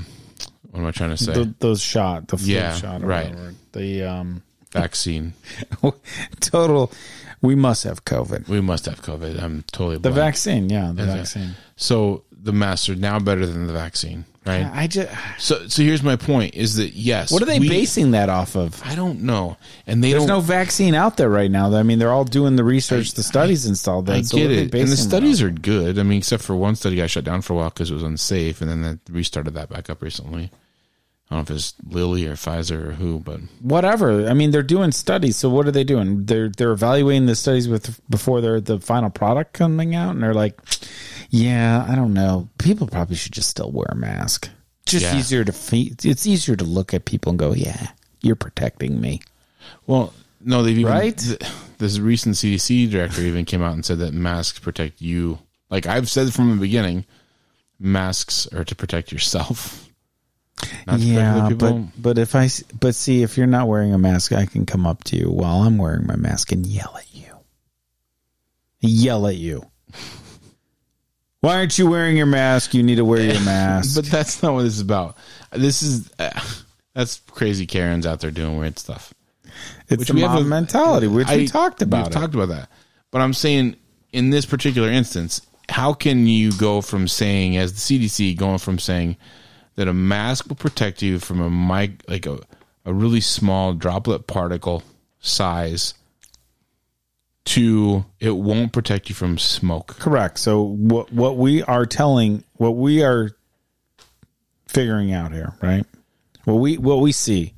what am i trying to say Oh. the, those shot, the flu Yeah, shot, or right. Whatever. The um, vaccine total. We must have COVID. we must have covid i'm totally The blind. vaccine, yeah, the vaccine. so the masks are now better than the vaccine right I just. so so here's my point is that yes What are they we- basing that off of? i don't know and they There's don't no vaccine out there right now. I mean, they're all doing the research, the studies installed. I That, get it. And the studies are good. I mean, except for one study got shut down for a while because it was unsafe, and then they restarted that back up recently. I don't know if it's Lilly or Pfizer or who, but whatever. I mean, they're doing studies. So what are they doing? They're they're evaluating the studies with before they're the final product coming out, and they're like, yeah, I don't know. People probably should just still wear a mask. Just Yeah. easier to fe- it's easier to look at people and go, yeah, you're protecting me. well, no, they've even Right? th- this recent CDC director even came out and said that masks protect you. Like I've said from the beginning, masks are to protect yourself. Not to yeah, regular but but if I s- but see if you're not wearing a mask, I can come up to you while I'm wearing my mask and yell at you. Yell at you. Why aren't you wearing your mask? You need to wear your mask. But that's not what this is about. This is uh, that's crazy. Karens out there doing weird stuff. it's the mom mentality, which I- we talked We've about. it. talked about that. But I'm saying in this particular instance, how can you go from saying, as the CDC, going from saying that a mask will protect you from a mic, like a, a really small droplet particle size, to it won't protect you from smoke. Correct. So what what we are telling, what we are figuring out here, right? What we what we see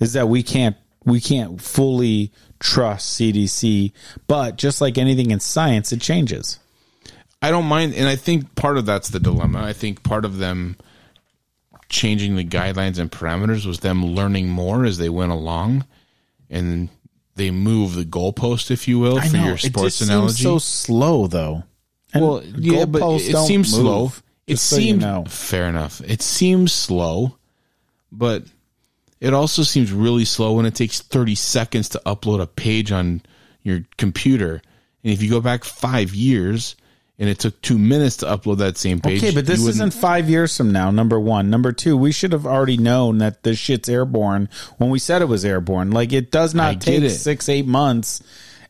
is that we can't we can't fully trust CDC, but just like anything in science, it changes. I don't mind, and I think part of that's the dilemma. I think part of them changing the guidelines and parameters was them learning more as they went along, and they move the goalpost, if you will, for your sports analogy. so slow though. well, yeah, but it, seems slow. It just so you seems know. fair enough. It seems slow, but it also seems really slow when it takes thirty seconds to upload a page on your computer. And if you go back five years and it took two minutes to upload that same page, Okay, but this you wouldn't- isn't five years from now. Number one, number two, we should have already known that this shit's airborne when we said it was airborne. Like it does I not get take it. six, eight months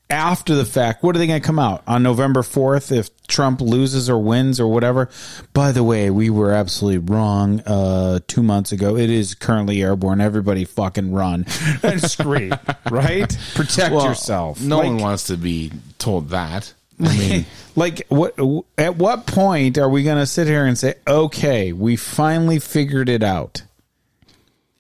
after the fact. What are they going to come out on November fourth if Trump loses or wins or whatever? By the way, we were absolutely wrong uh, two months ago. It is currently airborne. Everybody fucking run and scream, right? Protect Well, yourself. No Like- one wants to be told that. I mean, like what at what point are we going to sit here and say okay we finally figured it out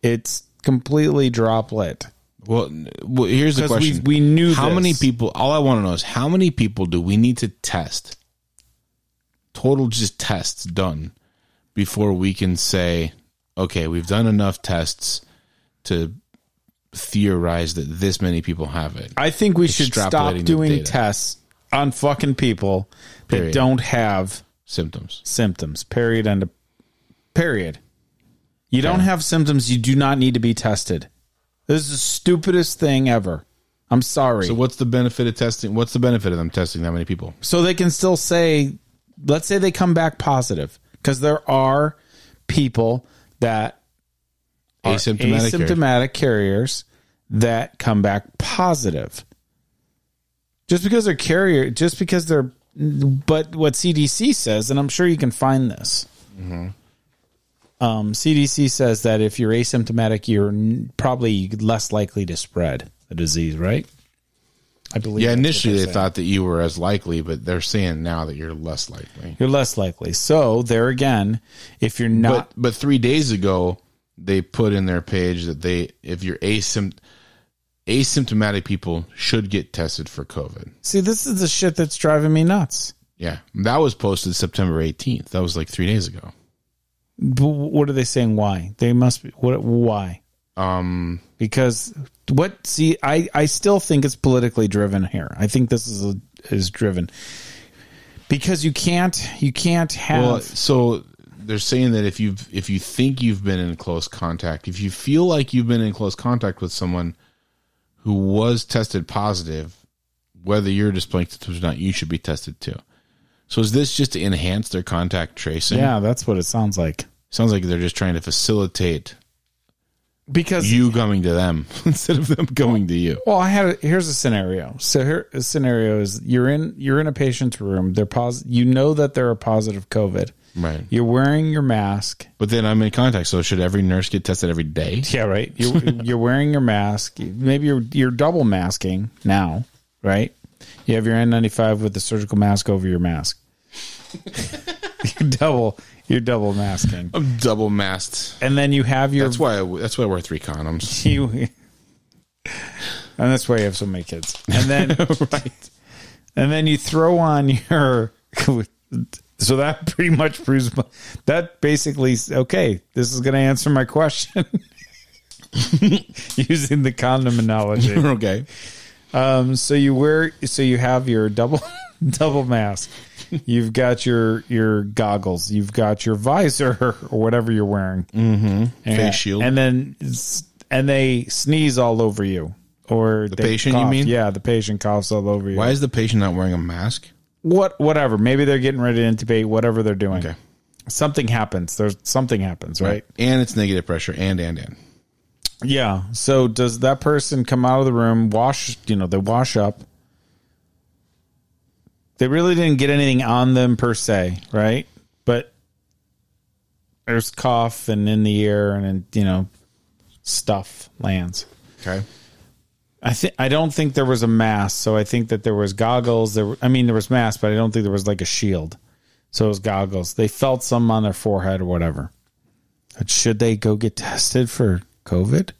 it's completely droplet well, n- well here's the 'Cause we- question: we knew how many this. people. All I want to know is how many people do we need to test? Total just tests done before we can say, okay, we've done enough tests to theorize that this many people have it. i think we should Extrapolating stop the doing data. tests on fucking people that Period. don't have Symptoms. symptoms period and period you don't have symptoms you do not need to be tested this is the stupidest thing ever i'm sorry So what's the benefit of testing? What's the benefit of them testing that many people? so they can still say let's say they come back positive because there are people that are Asymptomatic. or- asymptomatic carriers that come back positive just because they're carrier just because they're but what cdc says and i'm sure you can find this Mm-hmm. um, cdc says that if you're asymptomatic you're n- probably less likely to spread the disease right i believe Yeah, that's what initially they're they saying. thought that you were as likely, but they're saying now that you're less likely. you're less likely. So there again, if you're But not but three days ago they put in their page that they if you're asympt- asymptomatic people should get tested for COVID. see, this is the shit that's driving me nuts. Yeah, that was posted September 18th. That was like three days ago. But what are they saying? Why they must be what? Why? Um, Because what? See, I I still think it's politically driven here. I think this is a, is driven because you can't you can't have well, so they're saying that if you have if you think you've been in close contact, if you feel like you've been in close contact with someone who was tested positive, whether you're displaying symptoms or not, you should be tested too. So is this just to enhance their contact tracing? yeah. That's what it sounds like. Sounds like they're just trying to facilitate Because you coming to them instead of them coming to you. Well, I had a, here's a scenario. So here a scenario is you're in you're in a patient's room. They're pos- You know that they're a positive COVID. Right. You're wearing your mask. But then I'm in contact, so should every nurse get tested every day? Yeah, right. You're, you're wearing your mask. Maybe you're you're double masking now, right? You have your N95 with the surgical mask over your mask. you're double. You're double masking, I'm double masked. and then you have your That's why I, that's why I wear three condoms. you and that's why you have so many kids and then right and then you throw on your so that pretty much proves my, that basically s- okay this is going to answer my question using the condom analogy okay. um so you wear so you have your double double mask. You've got your your goggles. You've got your visor or whatever you're wearing. Mm-hmm. And, Face shield. and then and they sneeze all over you. Or the patient, you mean? Yeah, the patient coughs all over you. Why is the patient not wearing a mask? What? Whatever. Maybe they're getting ready to intubate. Whatever they're doing. Okay. Something happens. There's something happens, right? And it's negative pressure and and and. Yeah. So does that person come out of the room, wash, you know, they wash up. They really didn't get anything on them per se, right? But there's cough and in the air and, and you know, stuff lands. Okay. I think I don't think there was a mask, so I think that there was goggles. There, were- I mean, there was masks, but I don't think there was like a shield. So it was goggles. They felt some on their forehead or whatever. But should they go get tested for COVID?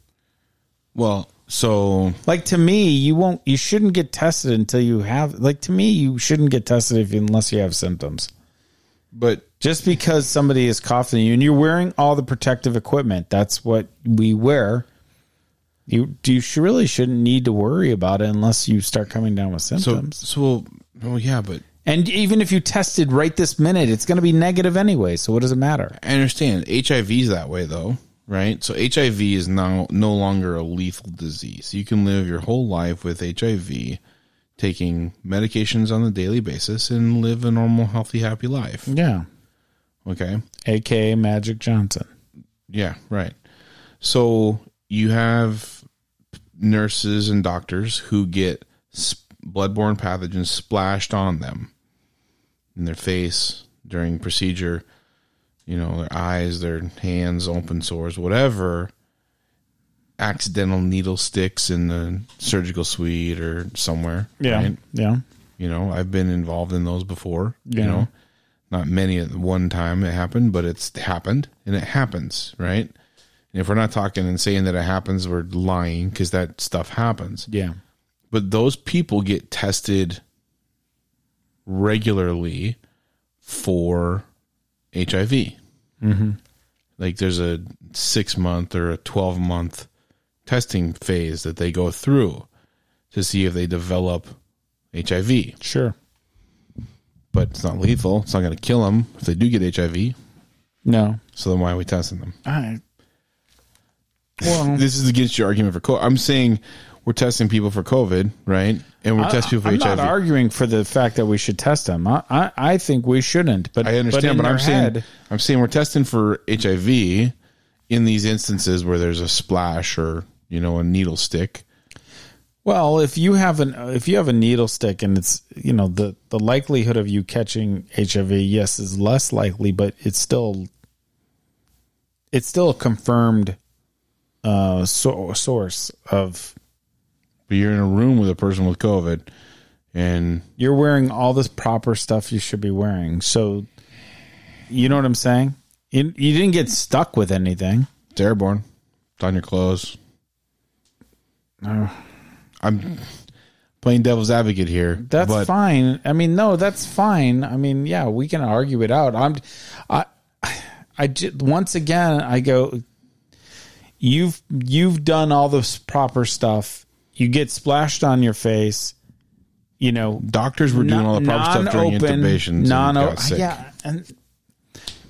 Well, so Like to me, you won't. You shouldn't get tested until you have. Like to me, you shouldn't get tested if, unless you have symptoms. but Just because somebody is coughing at you and you're wearing all the protective equipment, that's what we wear. You you sh- really shouldn't need to worry about it unless you start coming down with so symptoms. so well, well yeah, but and even if you tested right this minute, it's going to be negative anyway. So what does it matter? I understand HIV's that way though, right? So HIV is now no longer a lethal disease. You can live your whole life with HIV, taking medications on a daily basis, and live a normal, healthy, happy life. Yeah. Okay. AKA Magic Johnson. Yeah, right. So you have nurses and doctors who get sp- bloodborne pathogens splashed on them in their face during procedure, you know, their eyes, their hands, open sores, whatever. Accidental needle sticks in the surgical suite or somewhere. right? Yeah. You know, I've been involved in those before. Yeah. You know, not many at one time it happened, but it's happened and it happens, right? And if we're not talking and saying that it happens, we're lying because that stuff happens. Yeah. But those people get tested regularly for HIV. Like there's a six month or a 12 month testing phase that they go through to see if they develop HIV Sure. but it's not lethal. It's not going to kill them if they do get HIV. No. So then why are we testing them? I. Well, This is against your argument for COVID. I'm saying we're testing people for COVID, right? And we're testing people for I'm HIV. not arguing for the fact that we should test them. I, I, I think we shouldn't. But I understand, in but, I'm their head- saying I'm saying we're testing for HIV in these instances where there's a splash or you know a needle stick. well, if you have an if you have a needle stick and it's you know the the likelihood of you catching HIV, yes, is less likely, but it's still it's still a confirmed uh, so, source of But you're in a room with a person with COVID, and you're wearing all this proper stuff you should be wearing. So, you know what I'm saying? You, you didn't get stuck with anything. it's airborne. It's on your clothes. Oh. I'm playing devil's advocate here. That's but- fine. I mean, no, that's fine. I mean, yeah, we can argue it out. I'm, I, I ju- once again, I go. You've you've done all this proper stuff. You get splashed on your face. You know, Doctors were doing all the proper stuff during non-open, intubations. Non, and got sick. yeah, and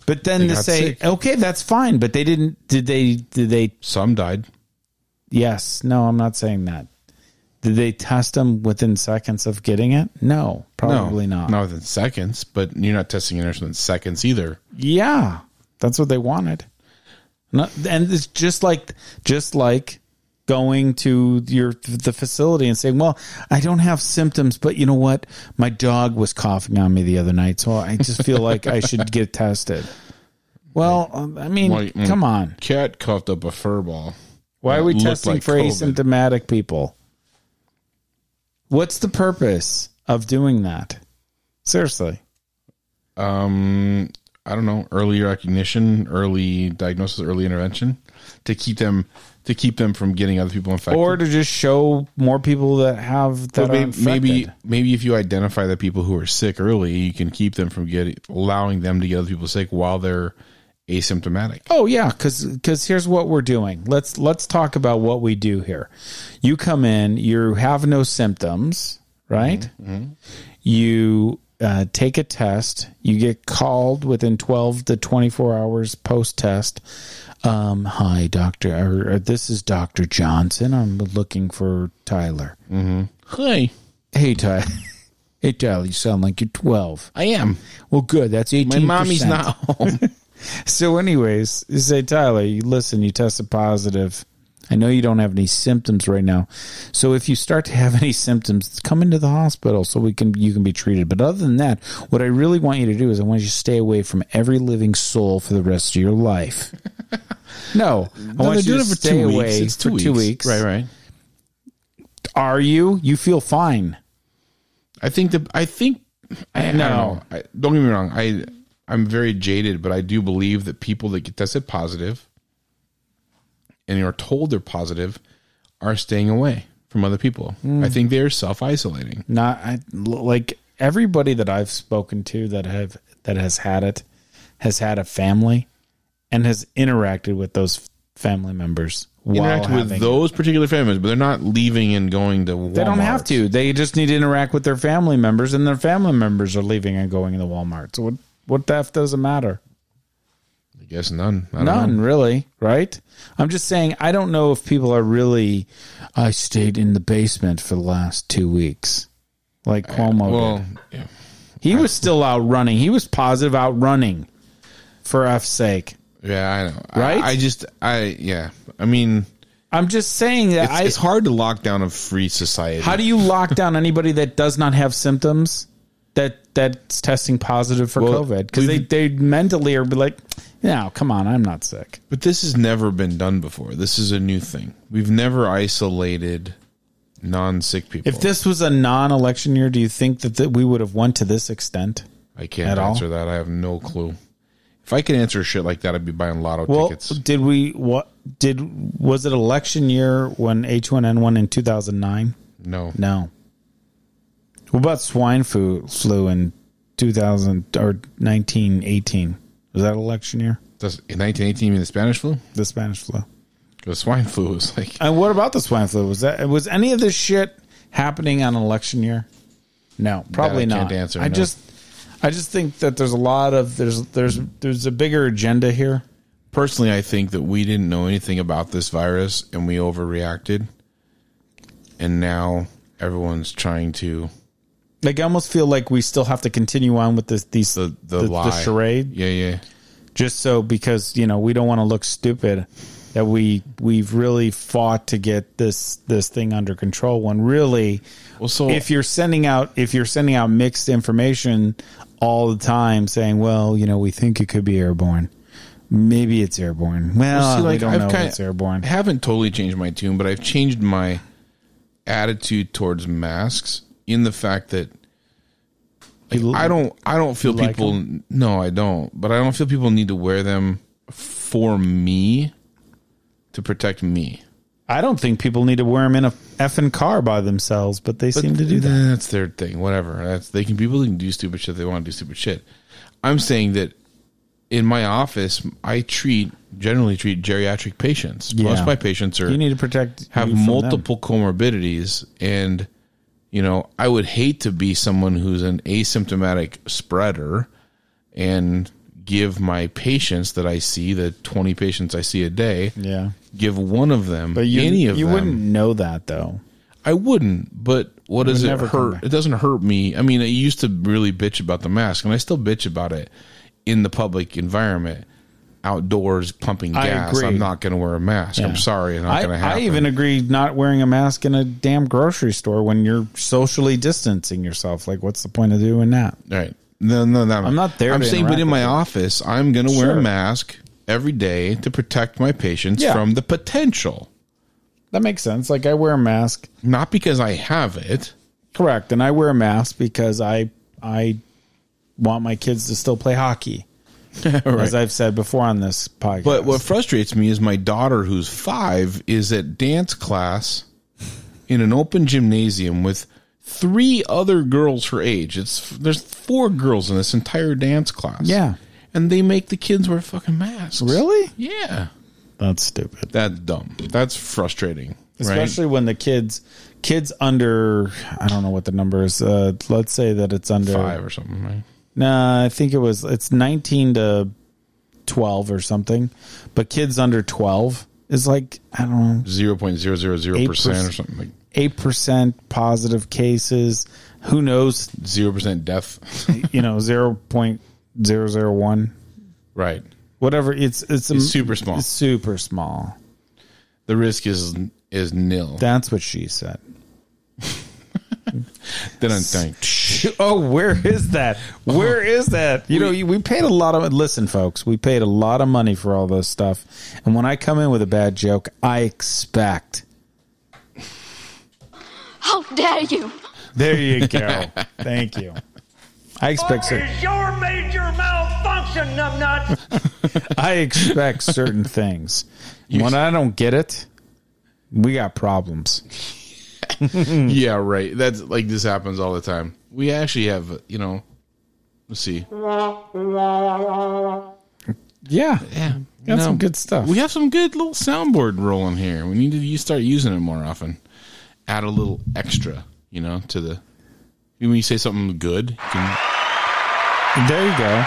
but then to got say, sick. okay, that's fine, but they didn't. Did they? Did they? Some died. Yes, no, I'm not saying that. Did they test them within seconds of getting it? No, probably no, not. Not within seconds, but you're not testing a nurse within seconds either. Yeah, that's what they wanted. No- and it's just like just like going to your the facility and saying, "Well, I don't have symptoms, but you know what? My dog was coughing on me the other night, so I just feel like I should get tested." Well, um, I mean, Why- mm. come on. Cat coughed up a fur ball. Why are we Looked testing like for COVID. asymptomatic people? What's the purpose of doing that? Seriously. Um, I don't know. Early recognition, early diagnosis, early intervention to keep them to keep them from getting other people infected. Or to just show more people that have that But may- are maybe, infected. maybe if you identify the people who are sick early, you can keep them from getting allowing them to get other people sick while they're asymptomatic. Oh yeah, because here's what we're doing. Let's let's talk about what we Mm-hmm, do here. You come in, you have no symptoms, right? you uh, take a test, you get called within 12 to 24 hours post test. Um, hi, doctor, or, or this is Dr. Johnson. I'm looking for Tyler. Hey, Hey, Tyler. hey, Tyler, you sound like you're 12. I am. Well, good. That's 18 Um, My mommy's not home. so, anyways, you say, Tyler, you listen, you tested positive. I know you don't have any symptoms right now. So if you start to have any symptoms, come into the hospital so we can you can be treated. But other than that, what I really want you to do is I want you to stay away from every living soul for the rest of your life. No, I want you to stay away for two weeks. Right, right. Are you? You feel fine. I think the I think I, No. no. don't, know. I, don't get me wrong. I I'm very jaded, but I do believe that people that get tested positive and are told they're positive are staying away from other people. I think they are self isolating. not I, like everybody that I've spoken to that have that has had it has had a family and has interacted with those family members. While Interact with having- those particular families, but they're not leaving and going to. Walmart. They don't have to. They just need to interact with their family members, and their family members are leaving and going to the Walmart. So what? What the f does it matter? I guess none. I don't None know. really, right? I'm just saying I don't know if people are really. I stayed in the basement for the last two weeks, like Cuomo. did. Uh, Well, yeah. He was still out running. He was positive out running. For F's sake. yeah, I know. I- Right? I, just, I, yeah. I mean, I'm just saying that it's, I it's hard to lock down a free society. how do you lock down anybody that does not have symptoms that that's testing positive for Well, COVID? Because they, we've- they mentally are like, no, come on, I'm not sick. But this has never been done before. This is a new thing. We've never isolated non-sick people. If this was a non election year, do you think that, that we would have won to this extent? I can't at all? answer that. I have no clue. If I could answer shit like that, I'd be buying lotto Well, tickets. did we what did was it election year when H1N1 in 2009? No, No. What about swine flu, flu in 2000 or 1918? Was that election year? Does, in 1918, you mean the Spanish flu? The Spanish flu. The swine flu was like And what about the swine flu? Was that was any of this shit happening on election year? No, probably That I not. can't answer, I no. just I just think that there's a lot of there's there's there's a bigger agenda here. personally, I think that we didn't know anything about this virus and we overreacted, and now everyone's trying to Like I almost feel like we still have to continue on with this these the the, lie. charade. Yeah, yeah. just so because you know we don't want to look stupid that we we've really fought to get this this thing under control when really Well, so if you're sending out if you're sending out mixed information all the time saying well you know we think it could be airborne maybe it's airborne well, Well, see, Uh, we don't know if kinda- it's airborne I haven't totally changed my tune, but I've changed my attitude towards masks in the fact that like, You- I don't I don't feel like people no, I don't. But I don't feel people need to wear them for me to protect me. I don't think people need to wear them in a effing car by themselves but they seem to do that That's their thing. Whatever. That's they can people can do stupid shit. They want to do stupid shit. I'm saying that in my office, I treat generally treat geriatric patients. Most Yeah. of my patients are you need to protect have you from them. multiple comorbidities and you know i would hate to be someone who's an asymptomatic spreader and give my patients that i see the 20 patients i see a day yeah give one of them but you any of you them wouldn't know that though i wouldn't but what does would it never come hurt back. it doesn't hurt me i mean i used to really bitch about the mask and i still bitch about it in the public environment outdoors pumping I gas agree. i'm not going to wear a mask Yeah. i'm sorry it's not I, going to happen I even agree not wearing a mask in a damn grocery store when you're socially distancing yourself. Like, what's the point of doing that? Right. No, no, no. I'm not there I'm to saying, but interact in my with office, I'm going to wear Sure. a mask every day to protect my patients Yeah. from the potential. That makes sense. Like, I wear a mask, Not because I have it. correct, and I wear a mask because I I want my kids to still play hockey, as I've said before on this podcast. But what frustrates me is my daughter, who's five, is at dance class in an open gymnasium with three other girls her age. It's there's four girls in this entire dance class. Yeah. and they make the kids wear fucking masks. really, Yeah, that's stupid. that's dumb. That's frustrating. especially when the kids kids under I don't know what the number is. Uh, let's say that it's under five or something, right? Nah, I think it was it's nineteen to twelve or something. But kids under twelve is like I don't know Zero point zero zero zero percent or 8%. something like eight percent positive cases. Who knows? zero percent death. You know zero point zero zero one. right. Whatever. It's it's, a, It's super small. It's super small. The risk is is nil. That's what she said. Then I'm thinking, Oh, where is that? Where is that? You know, you- we paid a lot of. Listen, folks, we paid a lot of money for all this stuff, and when I come in with a bad joke, I expect. How dare you! There you go. Thank you. I expect. What Cer- is your major malfunction, numbnuts? I expect certain things. When I don't get it, we got problems. Hmm. yeah, right. That's like this happens all the time. We actually have, you know, let's see. Yeah, Yeah, Got some good stuff. We have some good little soundboard rolling here. We need to you start using it more often. Add a little extra, you know, to the when you say something good. You can, there you go.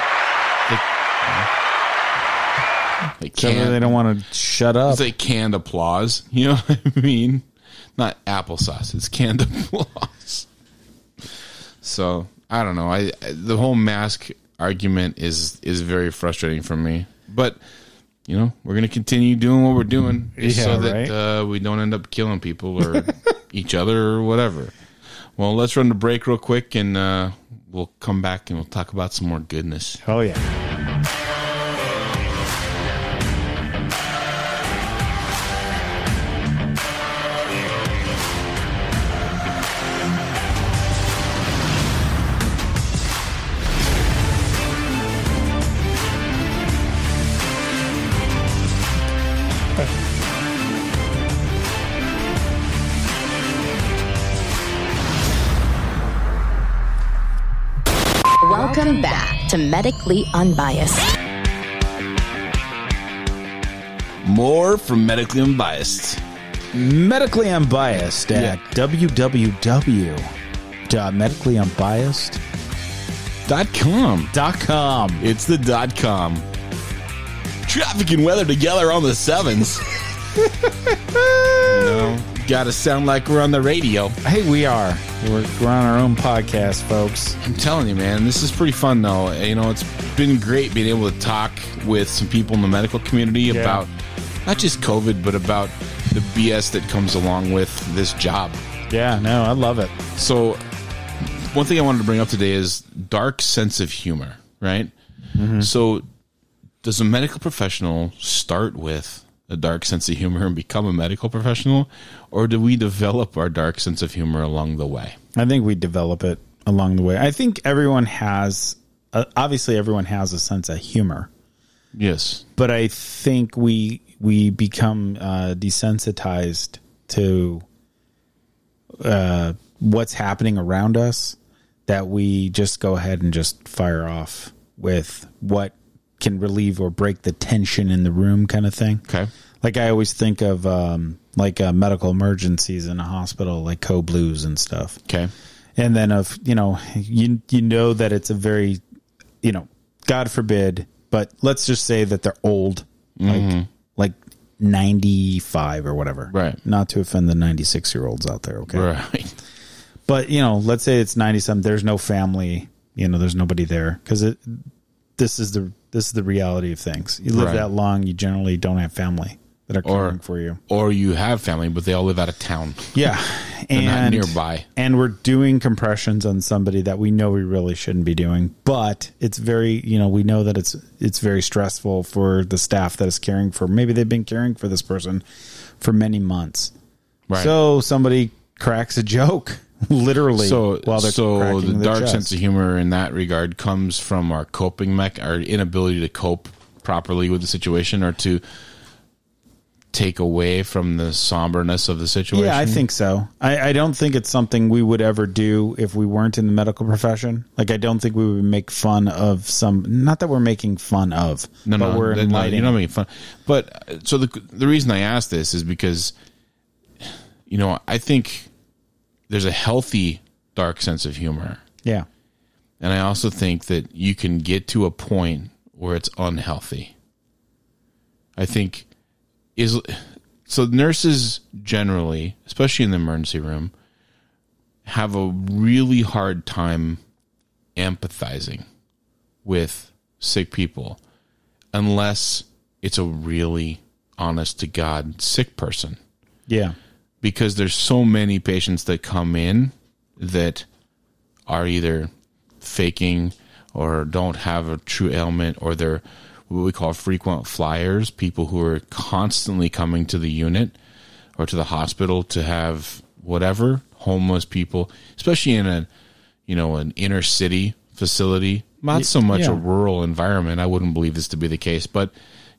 like So canned, they don't want to shut up. it's like canned applause. You know what I mean? Not applesauce. It's canned applause. So I don't know. I I- the whole mask argument is is very frustrating for me, but. You know, we're going to continue doing what we're doing just Yeah, so that right. uh, we don't end up killing people or each other or whatever. Well, let's run the break real quick and uh, we'll come back and we'll talk about some more goodness. oh yeah. Welcome back to Medically Unbiased. More from Medically Unbiased. medically unbiased at www.medicallyunbiased.com. Dot com. It's the dot com. Traffic and weather together on the sevens. no, gotta sound like we're on the radio. Hey, we are. We're, we're on our own podcast, folks. I'm telling you, man, this is pretty fun though. You know, it's been great being able to talk with some people in the medical community about not just COVID, but about the BS that comes along with this job. Yeah, no, I love it. So, one thing I wanted to bring up today is dark sense of humor, right? So, does a medical professional start with a dark sense of humor and become a medical professional, or do we develop our dark sense of humor along the way? I think we develop it along the way. I think everyone has, uh, obviously, everyone has a sense of humor, Yes. but I think we we become uh, desensitized to uh, what's happening around us that we just go ahead and just fire off with what can relieve or break the tension in the room, kind of thing. Okay. Like I always think of um, like uh, medical emergencies in a hospital, like co blues and stuff Okay. and then of you know you you know that it's a very you know god forbid but let's just say that they're old like like 95 or whatever Mm-hmm. Right. not to offend the 96 year olds out there okay Right. but you know let's say it's 90 something there's no family you know there's nobody there because it this is the this is the reality of things you live Right. that long you generally don't have family that are Or- caring for you Or you have family, but they all live out of town. yeah, and not nearby. and we're doing compressions on somebody that we know we really shouldn't be doing. But it's very, you know, we know that it's it's very stressful for the staff that is caring for. Maybe they've been caring for this person for many months. Right. So somebody cracks a joke, literally. so, while they're so cracking the their dark chest. sense of humor in that regard comes from our coping mech, our inability to cope properly with the situation, or to take away from the somberness of the situation. Yeah, I think so. I, I don't think it's something we would ever do if we weren't in the medical profession. Like, I don't think we would make fun of some. Not that we're making fun of, no, but no, we're that- no, enlightening. you're not making fun. But uh, so the the reason I asked this is because you know, I think there's a healthy dark sense of humor. Yeah. And I also think that you can get to a point where it's unhealthy. I think is so nurses generally, especially in the emergency room, have a really hard time empathizing with sick people unless it's a really honest to god sick person Yeah. because there's so many patients that come in that are either faking or don't have a true ailment or they're what we call frequent flyers, people who are constantly coming to the unit or to the hospital to have whatever, homeless people, especially in a you know, an inner city facility, not so much a yeah. rural environment. I wouldn't believe this to be the case, but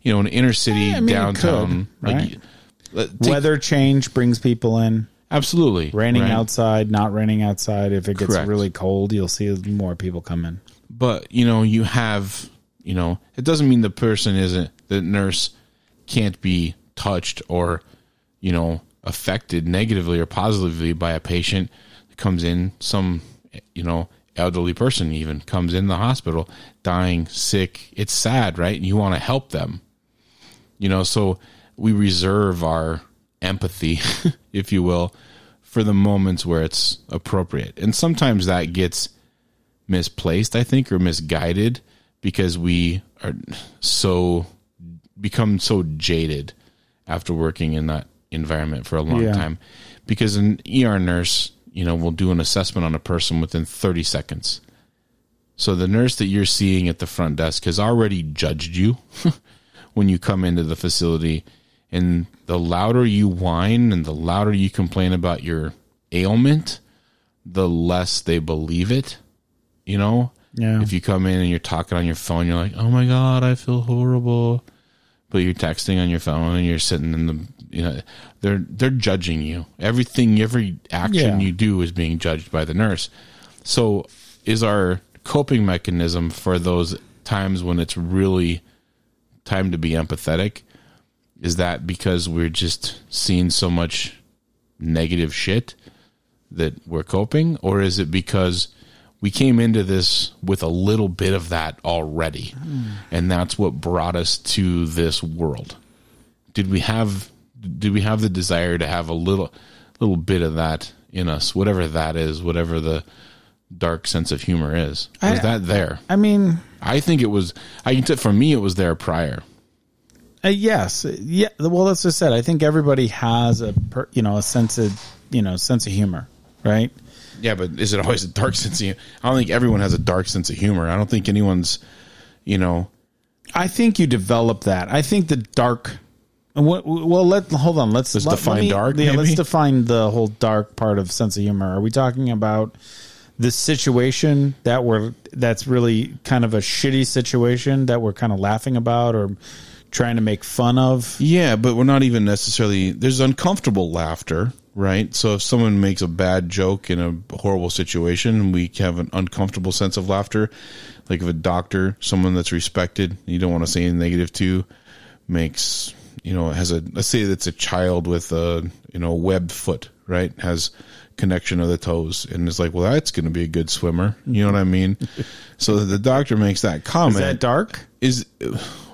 you know, an inner city Yeah, Eh, I mean, it downtown could, like, right? let- take- Weather change brings people in. absolutely Raining right? outside, not raining outside. If it gets Correct. really cold, you'll see more people come in. but you know you have you know it doesn't mean the person isn't the nurse can't be touched or you know affected negatively or positively by a patient that comes in some you know elderly person even comes in the hospital dying sick it's sad right and you want to help them you know so we reserve our empathy if you will for the moments where it's appropriate and sometimes that gets misplaced, I think, or misguided because we are so become so jaded after working in that environment for a long Yeah. time. Because an ER nurse, you know, will do an assessment on a person within 30 seconds. So the nurse that you're seeing at the front desk has already judged you when you come into the facility. And the louder you whine and the louder you complain about your ailment, the less they believe it you know Yeah. if you come in and you're talking on your phone you're like oh my god i feel horrible but you're texting on your phone and you're sitting in the you know they're they're judging you everything every action Yeah. you do is being judged by the nurse so is our coping mechanism for those times when it's really time to be empathetic is that because we're just seeing so much negative shit that we're coping or is it because we came into this with a little bit of that already and that's what brought us to this world did we have did we have the desire to have a little little bit of that in us whatever that is whatever the dark sense of humor is was I- that there I mean, i think it was i can tell for me it was there prior Uh, yes, yeah. Well, that's what I said. I think everybody has a per, you know a sense of you know sense of humor, right? Yeah, but is it always a dark sense of humor? I don't think everyone has a dark sense of humor. I don't think anyone's, you know, I think you develop that. I think the dark. and what- Well, let hold on. Let's Let's let- let define dark, Yeah, let's maybe? define the whole dark part of sense of humor. Are we talking about the situation that we're that's really kind of a shitty situation that we're kind of laughing about or trying to make fun of? Yeah, but we're not even necessarily. There's uncomfortable laughter, right? So if someone makes a bad joke in a horrible situation, we have an uncomfortable sense of laughter. Like if a doctor, someone that's respected, you don't want to say anything negative to, makes you know has a let's say that's a child with a you know webbed foot, right? Has connection of the toes, and is like, well, that's going to be a good swimmer. You know what I mean? so the doctor makes that comment. Is that dark? Is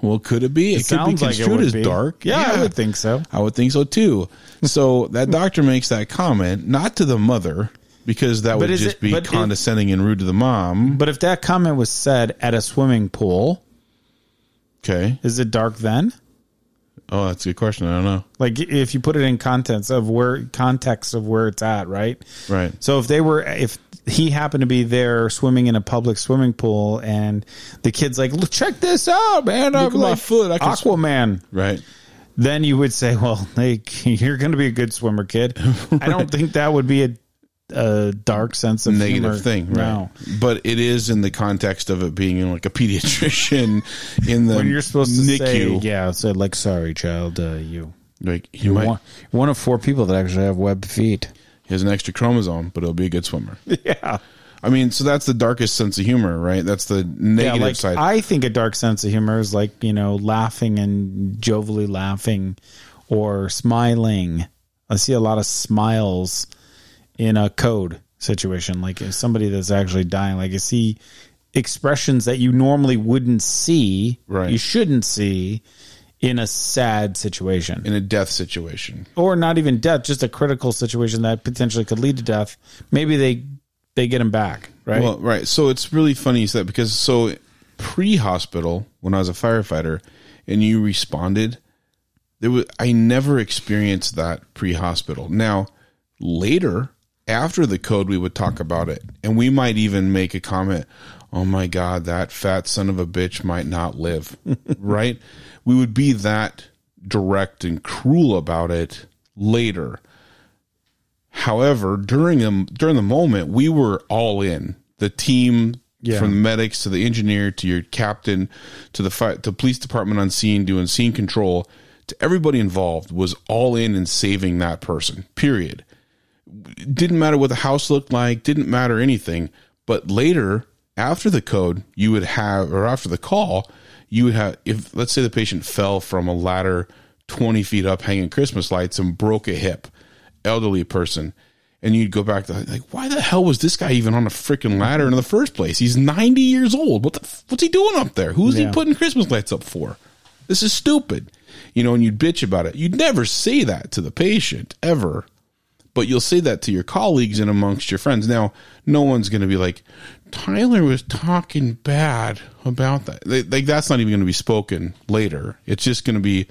well, could it be? It, could be sounds like it construed would as be. dark. Yeah, Hmm. I would think so. I would think so too. So that doctor makes that comment not to the mother because that would is just it- be but is- condescending and rude to the mom. But if that comment was said at a swimming pool, Okay. is it dark then? Oh, that's a good question. I don't know. like if you put it in context of where context of where it's at right Right. so if they were if he happened to be there swimming in a public swimming pool and the kid's like look check this out man Look i'm at my like foot, I can sw- aquaman Right. then you would say well like you're gonna be a good swimmer kid i don't think that would be a, a dark sense of Negative humor. thing, right? no But it is in the context of it being you know, like a pediatrician in the when you're supposed to NICU. say yeah so like sorry child uh, you Like you you're might one, one of four people that actually have webbed feet he has an extra chromosome, but he'll be a good swimmer. yeah I mean, so that's the darkest sense of humor, right? That's the negative like, side. I think a dark sense of humor is like you know laughing and jovially laughing or smiling I see a lot of smiles in a code situation, like if somebody that's actually dying. Like I see expressions that you normally wouldn't see, Right. You shouldn't see in a sad situation in a death situation. or not even death, just a critical situation that potentially could lead to death. Maybe they they get him back, right? Well, right. So it's really funny you said that because so pre-hospital when I was a firefighter and you responded, there was I never experienced that pre-hospital. Now later after the code we would talk about it and we might even make a comment oh my god that fat son of a bitch might not live right we would be that direct and cruel about it later However, during the during the moment, we were all in the team Yeah. from the medics to the engineer to your captain to the fi- to police department on scene doing scene control to everybody involved was all in and saving that person. Period. It didn't matter what the house looked like. Didn't matter anything. But later, after the code, you would have or after the call, you would have if let's say the patient fell from a ladder twenty feet up, hanging Christmas lights, and broke a hip elderly person and you'd go back to like why the hell was this guy even on a freaking ladder in the first place he's 90 years old what the f- what's he doing up there who's Yeah. he putting christmas lights up for this is stupid you know and you'd bitch about it you'd never say that to the patient ever but you'll say that to your colleagues and amongst your friends now no one's going to be like tyler was talking bad about that They- like that's not even going to be spoken later it's just going to be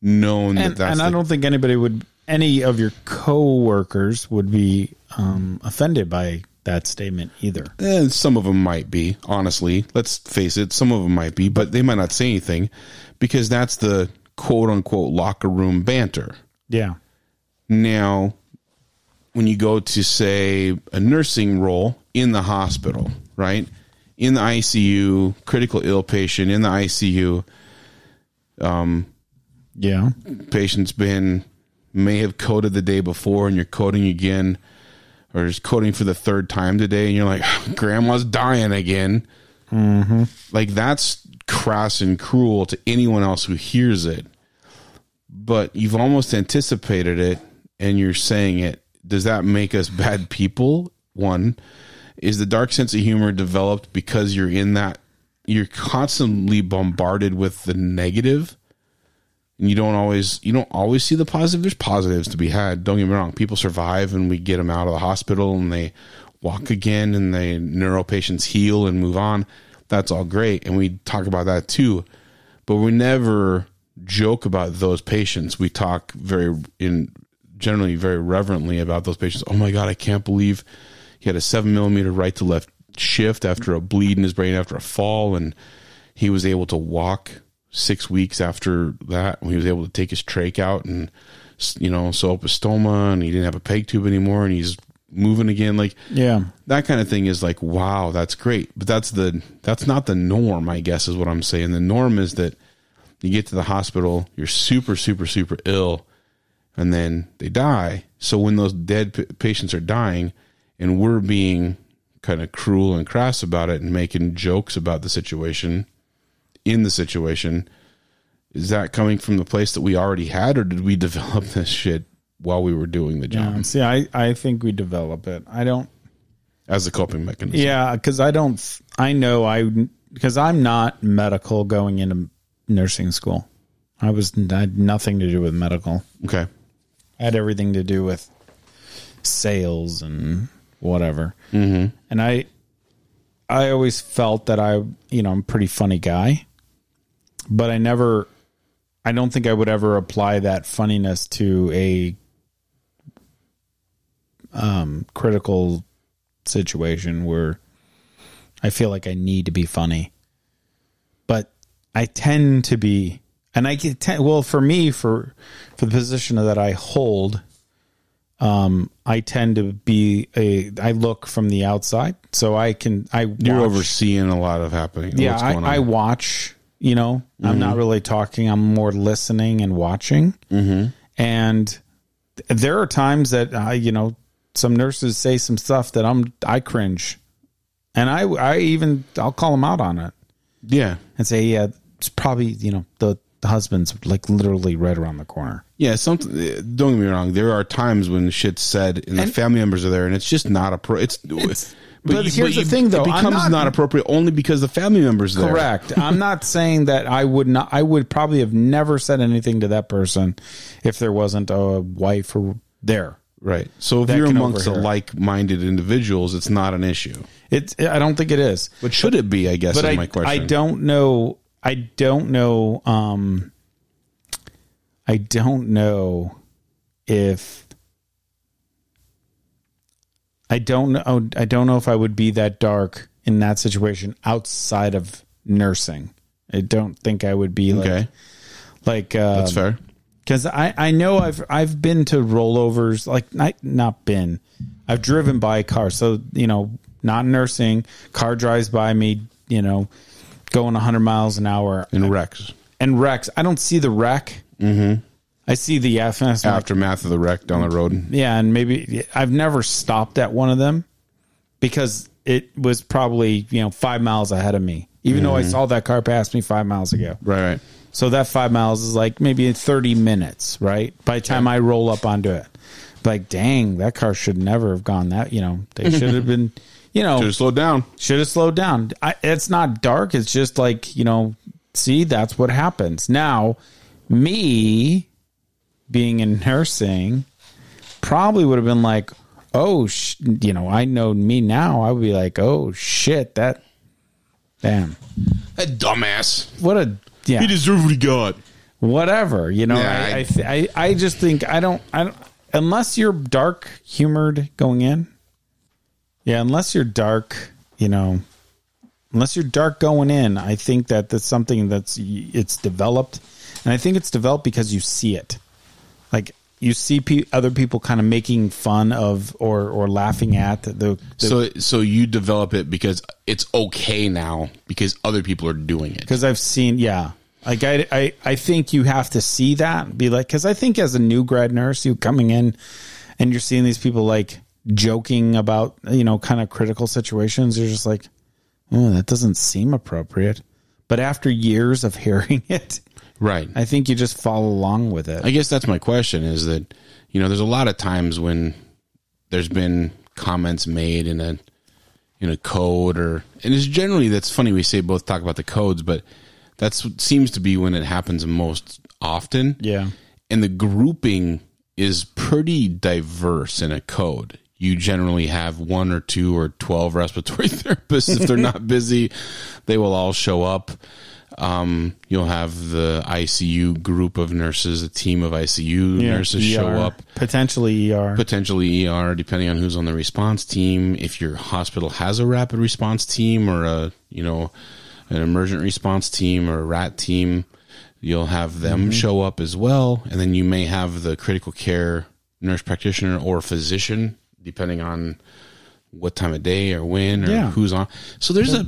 known that and, that's and I the- don't think anybody would, any of your coworkers would be um, offended by that statement either. Eh, some of them might be, honestly. Let's face it, some of them might be, but they might not say anything because that's the quote unquote locker room banter. Yeah, Now, when you go to, say, a nursing role in the hospital, right? In the ICU, critical ill patient in the ICU, yeah, patient's been may have coded the day before and you're coding again or is coding for the third time today and you're like grandma's dying again like that's crass and cruel to anyone else who hears it but you've almost anticipated it and you're saying it does that make us bad people one is the dark sense of humor developed because you're in that you're constantly bombarded with the negative and you don't always you don't always see the positive there's positives to be had don't get me wrong people survive and we get them out of the hospital and they walk again and the neuro patients heal and move on that's all great and we talk about that too but we never joke about those patients we talk very in generally very reverently about those patients oh my god i can't believe he had a seven millimeter right to left shift after a bleed in his brain after a fall and he was able to walk six weeks after that. He was able to take his trach out and, you know, sew up his stoma and he didn't have a peg tube anymore and he's moving again. Like yeah. that kind of thing is like, wow, that's great. But that's the, that's not the norm, I guess is what I'm saying. The norm is that you get to the hospital, you're super, super, super ill and then they die. So when those dead p- patients are dying, and we're being kind of cruel and crass about it and making jokes about the situation in the situation, is that coming from the place that we already had, or did we develop this shit while we were doing the job Um, see, I, I think we develop it. I don't as a coping mechanism? Yeah, because I don't. f- I know I because I'm not medical going into nursing school. I was I had nothing to do with medical. Okay. I had everything to do with sales and whatever. Mm-hmm. And I, I always felt that I, you know, I'm a pretty funny guy, but I never, I don't think I would ever apply that funniness to a um, critical situation where I feel like I need to be funny. But I tend to be, and I get ten, well for me for for the position that I hold. Um, I tend to be a. I look from the outside, so I can. I You're watch- overseeing a lot of happening. Yeah, what's I, going I on. Mm-hmm. watch. You know, I'm not really talking. I'm more listening and watching. Mm-hmm. And th- there are times that I, you know, some nurses say some stuff that I'm I cringe, and I I even I'll call them out on it yeah. and say, yeah, it's probably you know the the husband's like literally right around the corner. Yeah, something. Don't get me wrong. There are times when shit's said and, the And- family members are there, and it's just not appropriate. It's, It's- but, but you- here's you- the thing, though. it I'm becomes not- not, appropriate only because the family members there. Correct. I'm not saying that I would not. I would probably have never said anything to that person if there wasn't a wife or there. Right. So if That you're can amongst overhear. like-minded individuals, it's not an issue. It's. I don't think it is. But should it be? I guess but is I, my question. I don't know. I don't know. Um, I don't know if I don't know. oh, I don't know if I would be that dark in that situation outside of nursing. I don't think I would be like Okay, like uh, that's fair. because I, I know I've I've been to rollovers like not not been I've driven by a car so you know not nursing car drives by me you know going 100 miles an hour In wrecks, and wrecks I don't see the wreck mm-hmm. I see the FNS aftermath of the wreck down the road. yeah and maybe I've never stopped at one of them because it was probably you know five miles ahead of me even though I saw that car pass me five miles ago Right. Right. so that five miles is like maybe 30 minutes, right? By the time I roll up onto it. Like, dang, that car should never have gone that, you know, they should have been, you know, Should have slowed down. should have slowed down. I, it's not dark. It's just like, you know, see, that's what happens. Now, me being in nursing probably would have been like, oh, sh-, you know, I know me now. I would be like, oh, shit, that, damn, That dumbass. what a, yeah deserved what he got. whatever you know Yeah, I, I- I, th- I i just think i don't i don't unless you're dark humored going in yeah unless you're dark you know unless you're dark going in i think that that's something that's it's developed and i think it's developed because you see it like you see pe- other people kind of making fun of or or laughing at the, the So so you develop it because it's okay now because other people are doing it. because I've seen, yeah. Like I, I, I think you have to see that and be like, because I think as a new grad nurse, you coming in and you're seeing these people like joking about, you know, kind of critical situations. You're just like, oh, that doesn't seem appropriate. But after years of hearing it, Right. I think you just follow along with it. I guess that's my question is that, you know, there's a lot of times when there's been comments made in a in a code or and it's generally that's funny we say both talk about the codes, but that's what seems to be when it happens most often. yeah. And the grouping is pretty diverse in a code. You generally have one or two or 12 respiratory therapists. If they're not busy, they will all show up. Um, you'll have the ICU group of nurses, a team of ICU nurses show ER, up, Potentially ER. potentially ER, depending on who's on the response team. If your hospital has a rapid response team or a, you know, an emergent response team or a rat team, you'll have them show up as well. And then you may have the critical care nurse practitioner or physician, depending on what time of day or when or Yeah. who's on. So there's a,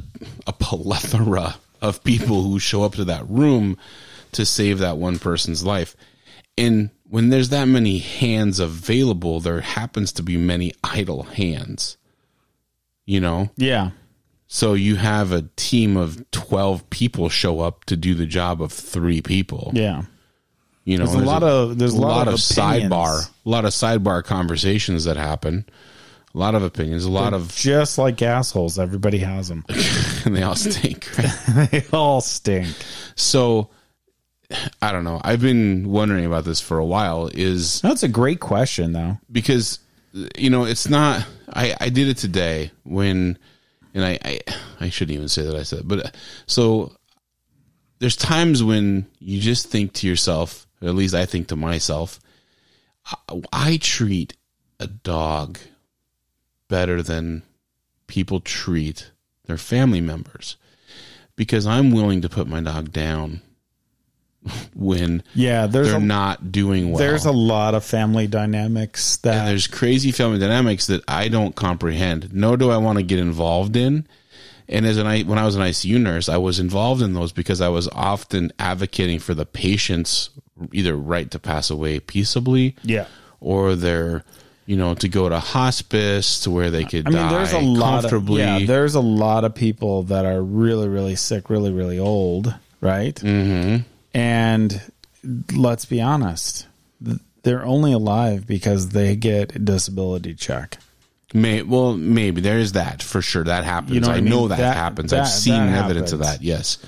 a plethora of people who show up to that room to save that one person's life. And when there's that many hands available, there happens to be many idle hands. You know? yeah. So you have a team of 12 people show up to do the job of three people. Yeah. You know, There's a lot of- there's a lot of opinions. sidebar, a lot of sidebar conversations that happen. A lot of opinions, a lot of Just like assholes, everybody has them. and they all stink. Right? they all stink. So I don't know. I've been wondering about this for a while is That's a great question, though. because you know, it's not I I did it today when and I I, I shouldn't even say that I said, it, but uh, so there's times when you just think to yourself, or at least I think to myself, I, I treat a dog better than people treat their family members because I'm willing to put my dog down when Yeah, there's they're a, not doing well. There's a lot of family dynamics and that there's crazy family dynamics that I don't comprehend, nor do I want to get involved in. And as an I, when I was an ICU nurse, I was involved in those because I was often advocating for the patient's either right to pass away peaceably, yeah. or their, you know, to go to hospice to where they could I mean, die there's a lot of comfortably. yeah. There's a lot of people that are really, really sick, really, really old, right? Mm-hmm. And let's be honest, th- they're only alive because they get a disability check. May well maybe there is that for sure that happens. You know I, what I mean? know that, That- happens. that- I've seen that evidence of happens. that. Yes,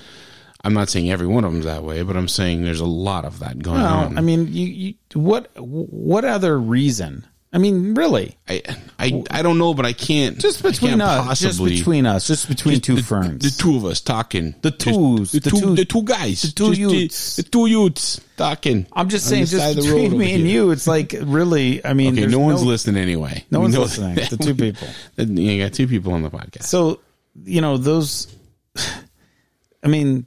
I'm not saying every one of them's that way, but I'm saying there's a lot of that going Well, on. I mean, you, you what what other reason? I mean, really, I, I I don't know, but I can't just I between can't us, just between us, just between Just two the, ferns. The two of us talking. The Just twos, The, the two, two- the two guys. The two the- youths. The, two youths talking. I'm just on saying, the side just of the road between over me and here. you, it's like really. I mean, Okay, there's no one's listening anyway. No We one's know listening. that. The two people. You got two people on the podcast. So, you know, those, I mean,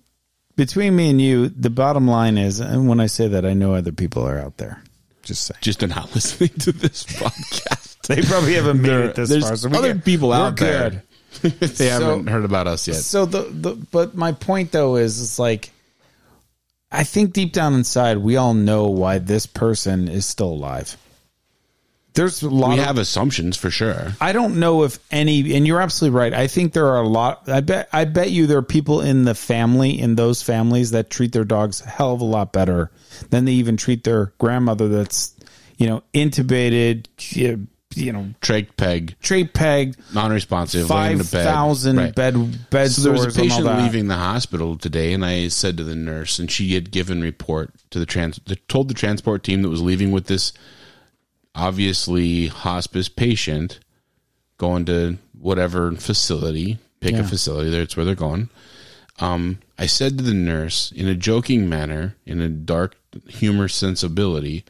between me and you, the bottom line is, and when I say that, I know other people are out there. Just saying. just are not listening to this podcast. They probably haven't made There- it this there's far. so we other get- people we're out good. there. they So- haven't heard about us yet. So the, the but my point though is it's like I think deep down inside we all know why this person is still alive. There's a lot we of have assumptions for sure. I don't know if any, and you're absolutely right. I think there are a lot. I bet, I bet you there are people in the family, in those families that treat their dogs a hell of a lot better than they even treat their grandmother that's, you know, intubated, you you know, Trach peg, trade pegged, non-responsive, laying in a bed. 5,000 Right. bed, bed So there was a sores and all patient that. leaving the hospital today, and I said to the nurse, and she had given report to the trans, told the transport team that was leaving with this obviously hospice patient going to whatever facility, pick a Yeah. facility, that's where they're going. Um, I said to the nurse in a joking manner, in a dark humor sensibility,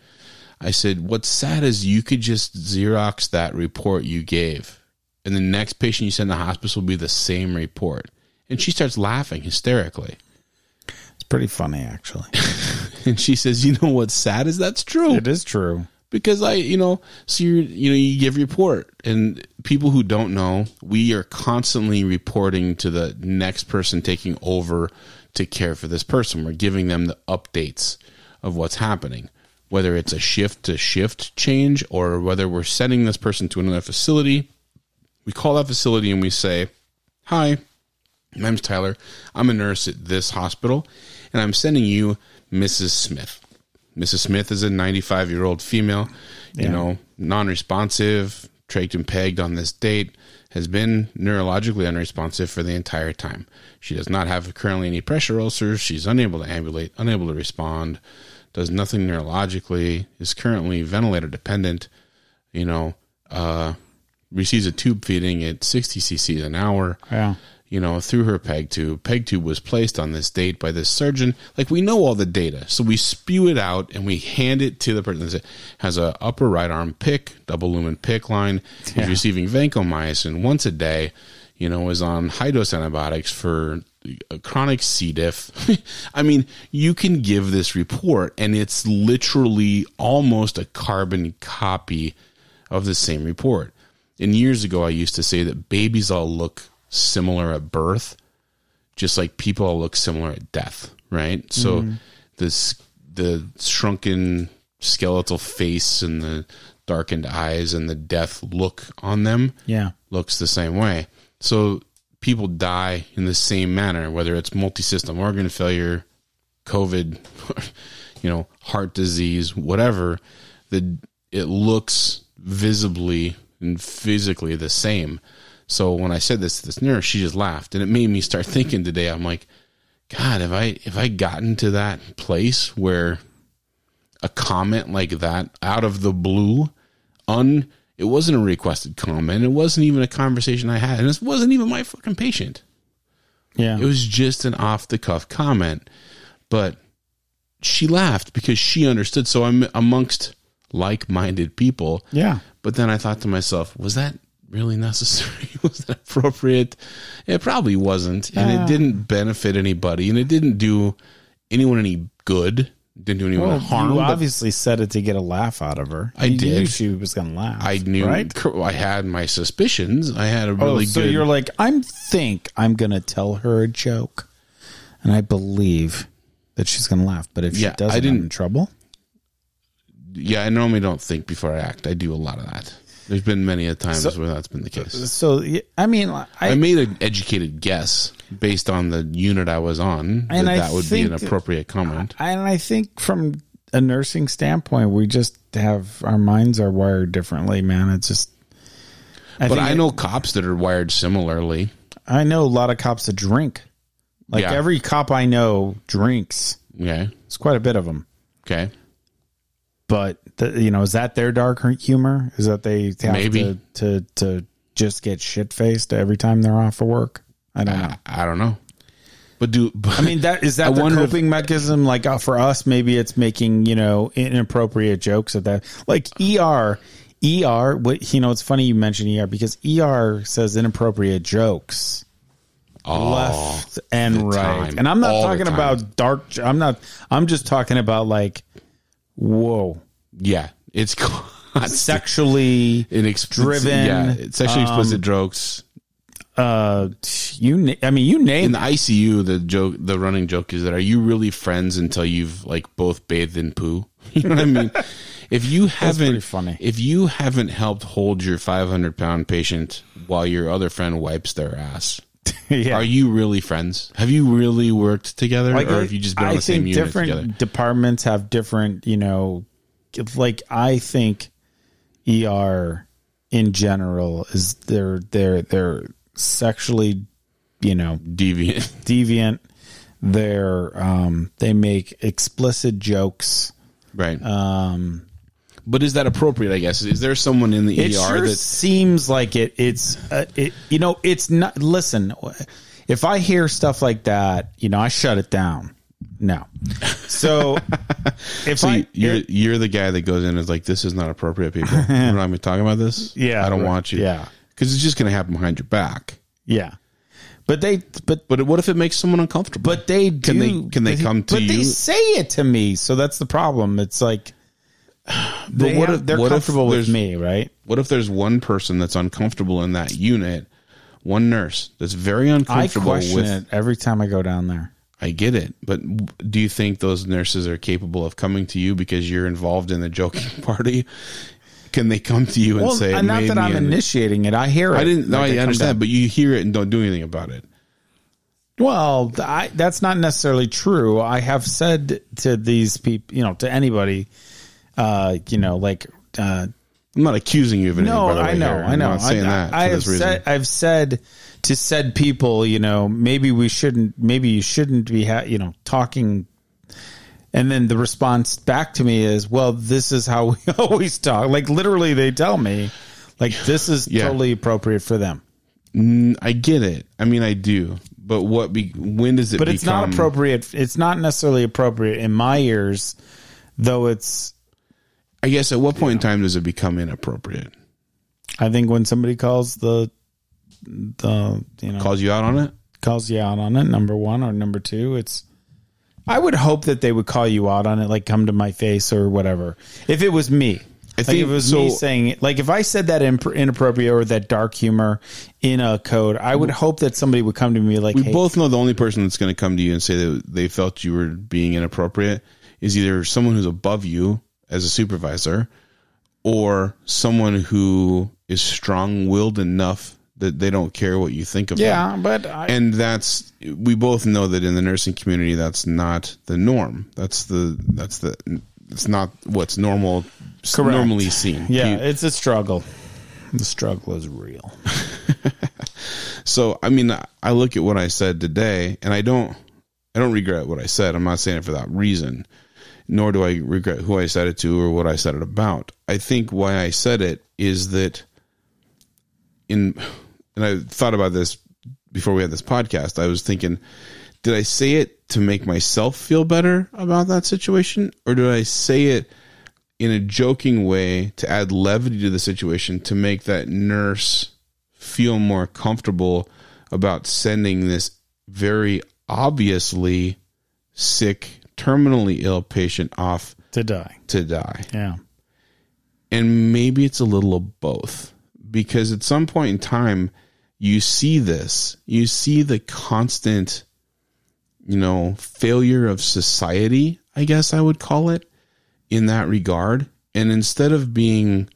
I said, What's sad is you could just Xerox that report you gave, and the next patient you send to hospice will be the same report. And she starts laughing hysterically. It's pretty funny, actually. And she says, You know what's sad is that's true. it is true. because I, you know, so you you know, you give report, and people who don't know, we are constantly reporting to the next person taking over to care for this person. We're giving them the updates of what's happening, whether it's a shift to shift change or whether we're sending this person to another facility. We call that facility and we say, "Hi, my name's Tyler. I'm a nurse at this hospital, and I'm sending you Mrs. Smith. Mrs. Smith is a 95 year old female, you know, non responsive, traked and pegged on this date, has been neurologically unresponsive for the entire time. She does not have currently any pressure ulcers. She's unable to ambulate, unable to respond, does nothing neurologically, is currently ventilator dependent, you know, uh, receives a tube feeding at 60 cc's an hour Yeah. you know, through her peg tube. Peg tube was placed on this date by this surgeon. Like we know all the data, so we spew it out and we hand it to the person. that has a upper right arm pick, double lumen pick line. Yeah. Is receiving vancomycin once a day. You know, is on high dose antibiotics for uh, chronic C. diff. I mean, you can give this report, and it's literally almost a carbon copy of the same report. And years ago, I used to say that babies all look similar at birth, just like people all look similar at death, right? So this the shrunken skeletal face and the darkened eyes and the death look on them Yeah. looks the same way. So people die in the same manner, whether it's multisystem organ failure, COVID, you know, heart disease, whatever. The it looks visibly and physically the same. So when I said this to this nurse, she just laughed, and it made me start thinking today. I'm like, God, have I have I gotten to that place where a comment like that out of the blue, un it wasn't a requested comment. It wasn't even a conversation I had, and this wasn't even my fucking patient. Yeah. It was just an off the cuff comment, but she laughed because she understood. So I'm amongst like minded people. yeah. But then I thought to myself, was that really necessary? was that appropriate? It probably wasn't. And it didn't benefit anybody. And it didn't do anyone any good. Didn't do anyone Well, harm. you but obviously said it to get a laugh out of her. I You did. knew she was going to laugh. I knew right? I had my suspicions. I had a really oh, so good. you're like, I'm think I'm gonna tell her a joke, and I believe that she's gonna laugh. But if Yeah, she doesn't, I I didn't- am in trouble. yeah, I normally don't think before I act. I do a lot of that. There's been many a times where that's been the case. So y- I mean, I, I made an educated guess based on the unit I was on that And I that would be an think- appropriate comment. I- and I think from a nursing standpoint, we just have our minds are wired differently, man. It's just. I but think I it- know cops that are wired similarly. I know a lot of cops that drink. Like Yeah. every cop I know drinks. Okay. It's quite a bit of them. Okay. But the, you know, is that their dark humor? Is that they have Maybe. To, to to just get shit faced every time they're off for work? I don't know. I, I don't know. But do but, I mean, that is that I the wonder if- coping mechanism? Like uh, for us, maybe it's making you know inappropriate jokes at that. Like ER, ER. What you know? It's funny you mention ER because ER says inappropriate jokes. Oh, left and right. time. And I'm not All the talking time. about dark. j- I'm not. I'm just talking about like, whoa, yeah, it's sexually sexually. driven. driven, Yeah, it's sexually um, explicit jokes. Uh, you. na- I mean, you In name. the it. ICU, the joke, the running joke is that are you really friends until you've like both bathed in poo? You know what I mean? If you haven't, pretty funny. if you haven't helped hold your 500 pound patient while your other friend wipes their ass, yeah. are you really friends? Have you really worked together, Like, or I- have you just been I on the same think unit different together? Departments have different. You know, it's like I think, ER in general is they're they're they're sexually, you know, Deviant. deviant. They're um they make explicit jokes. Right. Um, but is that appropriate? I guess is there someone in the It ER sure that seems like it. It's uh, it. You know, it's not. Listen, if I hear stuff like that, you know, I shut it down. No, so if so I you're you're the guy that goes in and is like, this is not appropriate, people. We're not gonna be talking about this. Yeah, I don't right. want you. Yeah. because it's just gonna happen behind your back. yeah, but they but But what if it makes someone uncomfortable? but they do, Can they- can they but- come to but They you? say it to me, so that's the problem. It's like, they what have- if- they're what if comfortable with there's- me, right? what if there's one person that's uncomfortable in that unit? One nurse that's very I uncomfortable question with. it every time I go down there. I get it, but w- do you think those nurses are capable of coming to you because you're involved in the joking party? Can they come to you and Well, say, not "Made that me I'm an- initiating it. I hear it. I didn't. No, Like, I come down. understand, but you hear it and don't do anything about it. Well, th- I, that's not necessarily true. I have said to these people, you know, to anybody, uh, you know, like, uh, I'm not accusing you of anything. no, by the way, I here. know, I know. I'm not saying I, that. I for have this reason. said, I've said to said people, you know, maybe we shouldn't, maybe you shouldn't be, ha- you know, talking. And then the response back to me is, well, this is how we always talk. Like literally, they tell me, like, this is Yeah. totally appropriate for them. I get it. I mean, I do. But what? Be, when does it? but it's not become- appropriate. It's not necessarily appropriate in my ears, though. It's I guess at what point in time does it become inappropriate? I think when somebody calls the the you know Calls you out on it? calls you out on it, number one or number two, it's. I would hope that they would call you out on it, like come to my face or whatever. If it was me, I think think if it was so- me saying, it- like, if I said that imp- inappropriate or that dark humor in a code, I would hope that somebody would come to me like, We hey, both know the only person that's going to come to you and say that they felt you were being inappropriate is either someone who's above you as a supervisor, or someone who is strong-willed enough that they don't care what you think of them. yeah, but I, and that's we both know that in the nursing community that's not the norm that's the that's the it's not what's normal Correct. normally seen yeah, You- it's a struggle. The struggle is real. so i mean i look at what i said today and i don't i don't regret what i said i'm not saying it for that reason nor do i regret who i said it to or what i said it about i think why i said it is that in and i thought about this before we had this podcast i was thinking did i say it to make myself feel better about that situation or did i say it in a joking way to add levity to the situation to make that nurse feel more comfortable about sending this very obviously sick, terminally ill patient off to die. to die. Yeah. And maybe it's a little of both because at some point in time, you see this, you see the constant, you know, failure of society, I guess I would call it in that regard. And instead of being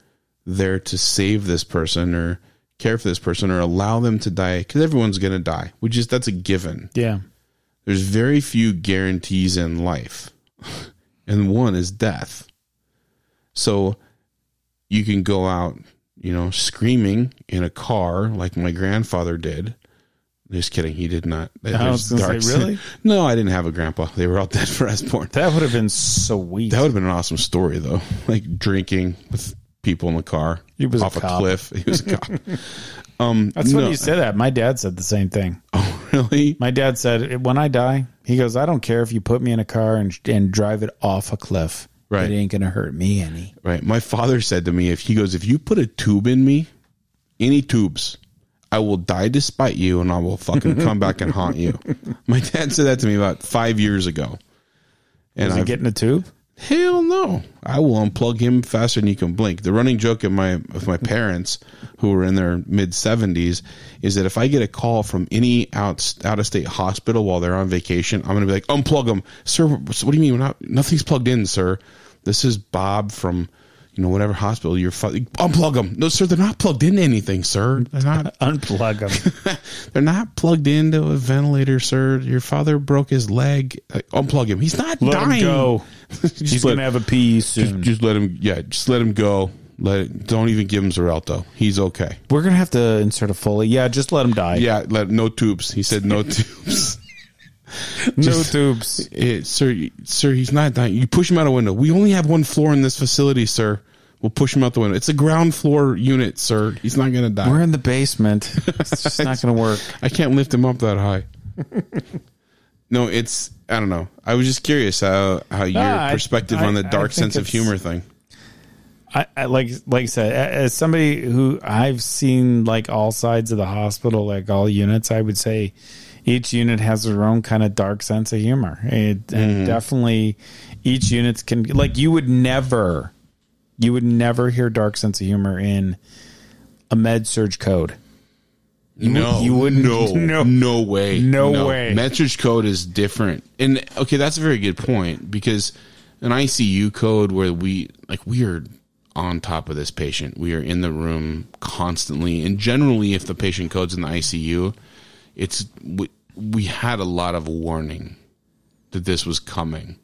there to save this person or care for this person or allow them to die because everyone's going to die. We just that's a given. Yeah. There's very few guarantees in life, and one is death. So you can go out, you know, screaming in a car like my grandfather did. Just kidding, he did not. I was gonna There's say, dark- really? no, I didn't have a grandpa. They were all dead for us born. That would have been sweet. That would have been an awesome story, though. Like drinking with people in the car He was a off a, cop. cliff. He was a cop. Um, That's No. funny you said that. My dad said the same thing. oh, really? My dad said, "When I die, he goes, I don't care if you put me in a car and and drive it off a cliff. Right. It ain't gonna hurt me any." Right. My father said to me, if he goes, if you put a tube in me, any tubes, I will die despite you and I will fucking come back and haunt you. My dad said that to me about five years ago. And Is he I getting a tube? Hell no. I will unplug him faster than you can blink. The running joke of my of my parents who were in their mid 70s is that if I get a call from any out out of state hospital while they're on vacation, I'm going to be like, "Unplug them. Sir, what's- what do you mean? We're not nothing's plugged in, sir. This is Bob from you know, whatever hospital you're, fu- unplug them. No, sir, they're not plugged into anything, sir. They're not Unplug him. they're not plugged into a ventilator, sir. Your father broke his leg. Uh, unplug him. He's not Let him dying. go. Just He's let- gonna have a pee Just, soon. just let him. Yeah, just let him go. Let it, don't even give him Xarelto. He's okay. We're gonna have to insert a Foley. Yeah, just let him die. Yeah, let no tubes. He said no tubes. no just- tubes. Eh, sir, you- sir, he's not dying. You push him out a window. We only have one floor in this facility, sir. We'll push him out the window. It's a ground floor unit, sir. He's not gonna die. We're in the basement. It's just not gonna work. I can't lift him up that high. no, it's I don't know. I was just curious how how your Ah, I- perspective on the I- I dark think sense of it's- humor thing. I, I like like I said, a- as somebody who I've seen like all sides of the hospital, like all units, I would say each unit has their own kind of dark sense of humor. It, Mm-hmm. And definitely, each unit can like you would never, you would never hear dark sense of humor in a med surge code. no, you wouldn't- No, no, no. no way. No way. Metric code is different. And okay, that's a very good point because an ICU code where we like we are on top of this patient. We are in the room constantly, and generally, if the patient codes in the ICU, it's we, we had a lot of warning that this was coming.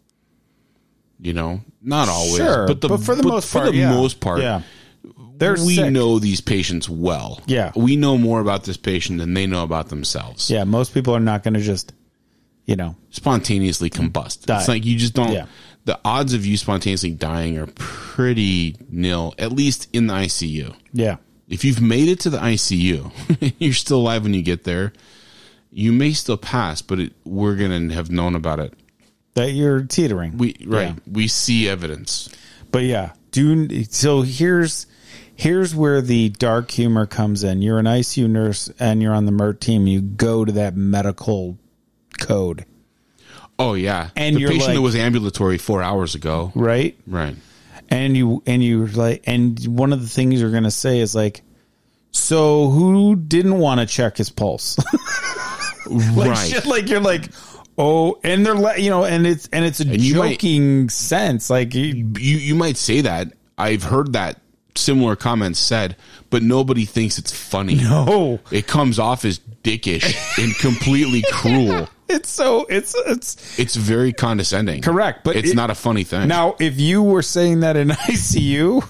You know, not always, Sure, but, the, but for the most for part, the yeah. most part, Yeah. They're we sick. know these patients well. Yeah. We know more about this patient than they know about themselves. Yeah, most people are not going to just, you know, Spontaneously combust. Die. It's like you just don't Yeah. the odds of you spontaneously dying are pretty nil, at least in the ICU. yeah. If you've made it to the ICU, you're still alive when you get there. You may still pass, but it, we're gonna have known about it. That you're teetering. We right. Yeah. We see evidence. But yeah, do so. Here's here's where the dark humor comes in. You're an ICU nurse and you're on the MERT team. You go to that medical code, Oh yeah, And the you're patient like- that was ambulatory four hours ago. right? Right. And you and you like and one of the things you're gonna say is like, so who didn't want to check his pulse? like right. shit, like you're like. Oh, and they're le- you know, and it's and it's a you might- joking sense, like you- you you might say that. I've heard that similar comments said, but nobody thinks it's funny. No. It comes off as dickish and completely cruel. it's so it's it's It's very condescending. Correct, but it's it- not a funny thing. Now, if you were saying that in ICU,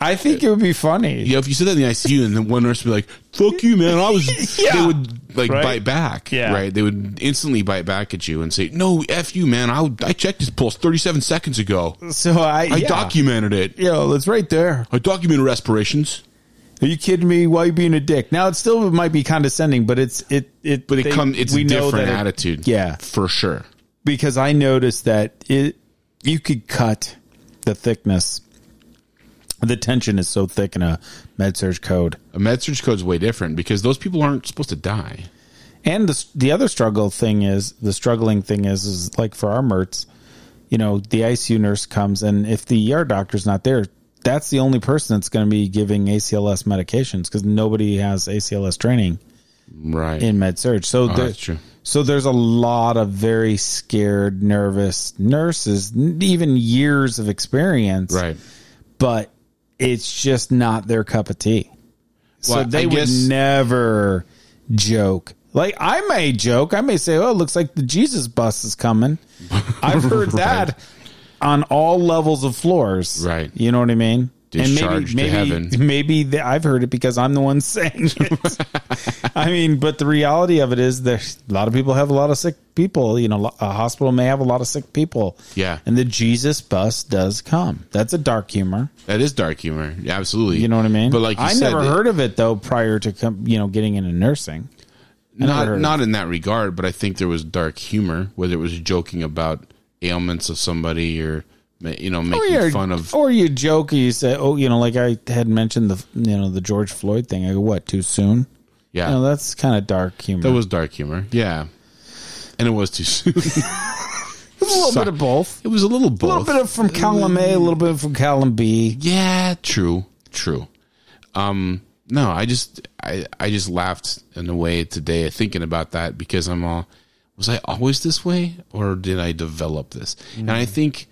I think it would be funny. yeah, if you said that in the ICU and then one nurse would be like, fuck you, man, I was Yeah. they would like Right? bite back. Yeah. Right. They would instantly bite back at you and say, No, F you, man, I I checked his pulse thirty seven seconds ago. So I, I yeah. documented it. Yo, it's right there. I documented respirations. Are you kidding me? Why you being a dick? Now, it still might be condescending, but it's it it. But it they- comes it's a know different that it- attitude. Yeah. For sure. because I noticed that it you could cut the thickness. The tension is so thick in a med surge code. A med surge code's way different because those people aren't supposed to die. And the the other struggle thing is the struggling thing is is like for our merts, you know, the ICU nurse comes and if the ER doctor's not there, that's the only person that's going to be giving ACLS medications because nobody has ACLS training Right. in med surge. So Oh, there- that's true. So there's a lot of very scared, nervous nurses, n- even years of experience, right. But it's just not their cup of tea. so Well, they I would guess- never joke. Like I may joke, I may say, "Oh, it looks like the Jesus bus is coming." I've heard that on all levels of floors. Right. You know what I mean? Discharged to maybe heaven. maybe the, I've heard it because I'm the one saying it. I mean, but the reality of it is that a lot of people have a lot of sick people. You know, lo- a hospital may have a lot of sick people. Yeah. And the Jesus bus does come. That's a dark humor. That is dark humor. Yeah, Absolutely. You know what I mean? But like you I said, never it- heard of it though prior to com- you know getting into nursing. I never heard not of not in that regard, but I think there was dark humor, whether it was joking about ailments of somebody or ma- you know Or making you fun of. or you joke. You say, oh, you know, like I had mentioned the you know the George Floyd thing. I go, what? Too soon? yeah, You know, that's kind of dark humor. that was dark humor. Yeah, and it was too soon. a little sorry. bit of both. it was a little A little both. bit of from column A, a little bit from column B. yeah, true, true. Um, no, I just I I just laughed in a way today thinking about that because I'm all was I always this way or did I develop this? And I think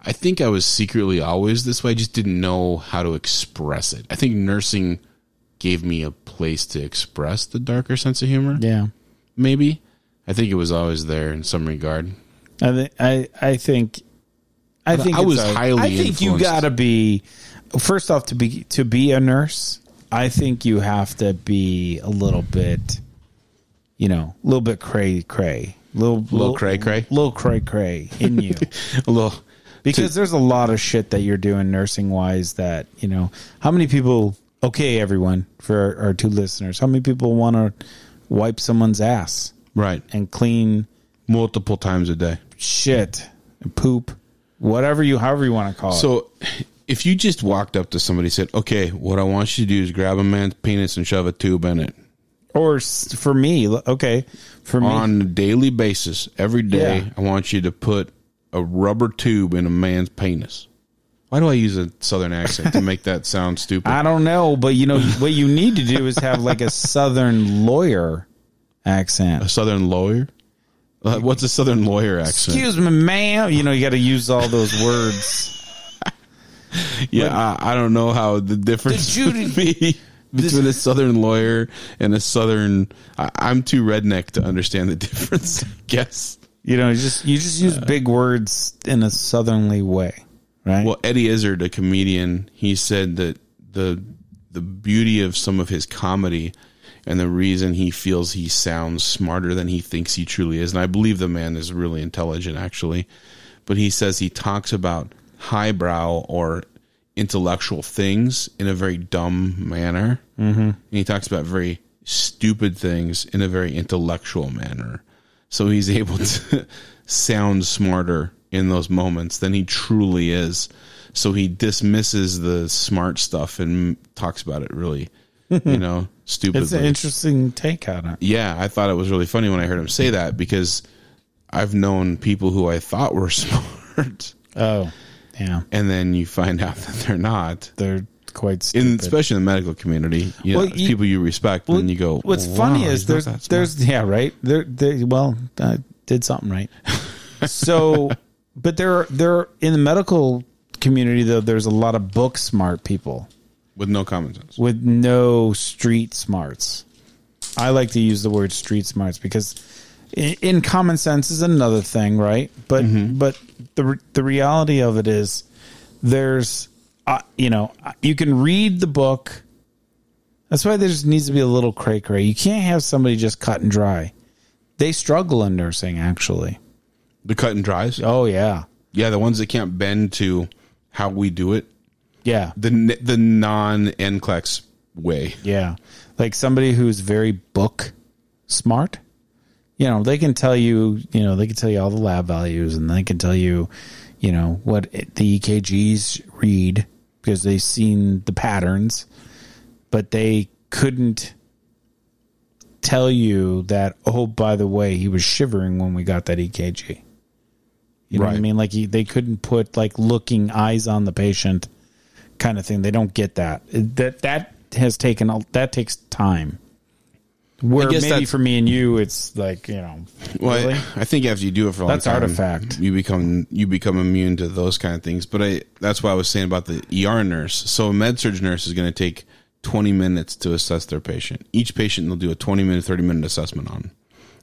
I think I was secretly always this way. I just didn't know how to express it. I think nursing gave me a place to express the darker sense of humor. Yeah, Maybe I think it was always there in some regard. I think I I think I think I it's was a- highly I think you influenced. gotta be first off to be to be a nurse. I think you have to be a little bit, you know, a little bit cray cray, little Little cray-cray? little cray cray in you. A little. because there's a lot of shit that you're doing nursing wise that you know how many people okay everyone for our, our two listeners how many people want to wipe someone's ass Right. and clean Multiple times a day. shit and poop whatever you however you want to call it So, if you just walked up to somebody and said, "Okay, what I want you to do is grab a man's penis and shove a tube in it," or s- for me l- okay for me on a daily basis, every day, Yeah. I want you to put a rubber tube in a man's penis. Why do I use a southern accent to make that sound stupid? i don't know but you know what you need to do is have like a southern lawyer a accent southern lawyer? Uh, what's a southern lawyer accent? excuse me ma'am you know you got to use all those words yeah, I, I don't know how the difference The Judy- would be between a southern lawyer and a southern. I, I'm too redneck to understand the difference. I guess. You know, you just you just use big words in a southerly way, right? Well, Eddie Izzard, a comedian, he said that the the beauty of some of his comedy and the reason he feels he sounds smarter than he thinks he truly is, and I believe the man is really intelligent actually, but he says he talks about highbrow or intellectual things in a very dumb manner, mm-hmm. and he talks about very stupid things in a very intellectual manner so he's able to sound smarter in those moments than he truly is. So he dismisses the smart stuff and talks about it really, you know, stupidly. it's an interesting take on it. yeah, I thought it was really funny when I heard him say that because I've known people who I thought were smart, Oh, yeah, and then you find out that they're not. they're quite stupid. In, especially in the medical community, you know, Well, there's you- people you respect, and then you go. What's "Wow, funny is he's not there's that smart." there's yeah right there there well I did something right. So, but there are- there are- in the medical community though there's a lot of book smart people with no common sense. with no street smarts. I like to use the word street smarts because in, in common sense is another thing, right? But but the re- the reality of it is there's uh, you know you can read the book. That's why there just needs to be a little cray cray. You can't have somebody just cut and dry. They struggle in nursing, actually. The cut and dries. Oh yeah, Yeah, the ones that can't bend to how we do it, yeah, the n- the non NCLEX E way. Yeah. Like somebody who's very book smart, you know, they can tell you, you know, they can tell you all the lab values and they can tell you, you know, what it, the EKGs read because they've seen the patterns, but they couldn't tell you that, oh, by the way, he was shivering when we got that EKG. You know what I Right. mean? Like he, they couldn't put like looking eyes on the patient kind of thing. They don't get that. That that has taken a- that takes time. Where guess maybe that's- for me and you, it's like you know, Well, I- really? I think after you do it for a long That's time, artifact. You become you become immune to those kind of things. But I that's why I was saying about the ER nurse. So a med surge nurse is going to take twenty minutes to assess their patient. Each patient they'll do a twenty minute, thirty minute assessment on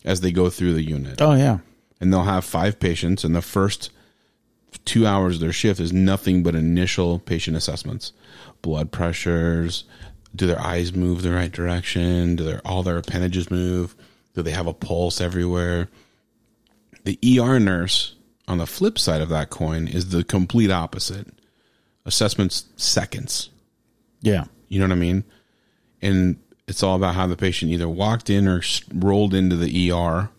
as they go through the unit, oh yeah, and they'll have five patients. And the first two hours of their shift is nothing but initial patient assessments, blood pressures, do their eyes move the right direction, do their all their appendages move, do they have a pulse everywhere the ER nurse on the flip side of that coin is the complete opposite. Assessments seconds. yeah. You know what I mean? And it's all about how the patient either walked in or s- rolled into the ER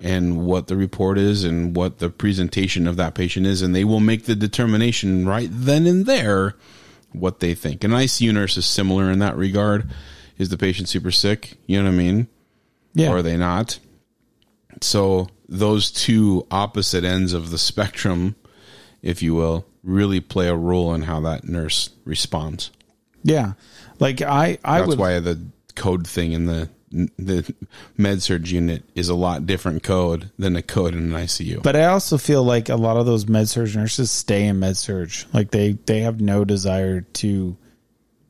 and what the report is and what the presentation of that patient is. And they will make the determination right then and there what they think. An ICU nurse is similar in that regard. Is the patient super sick? You know what I mean? Yeah. or are they not? So those two opposite ends of the spectrum, if you will, really play a role in how that nurse responds. Yeah. Like I I That's would why the code thing in the the med surge unit is a lot different code than the code in an ICU. but I also feel like a lot of those med surge nurses stay in med surge. Like they they have no desire to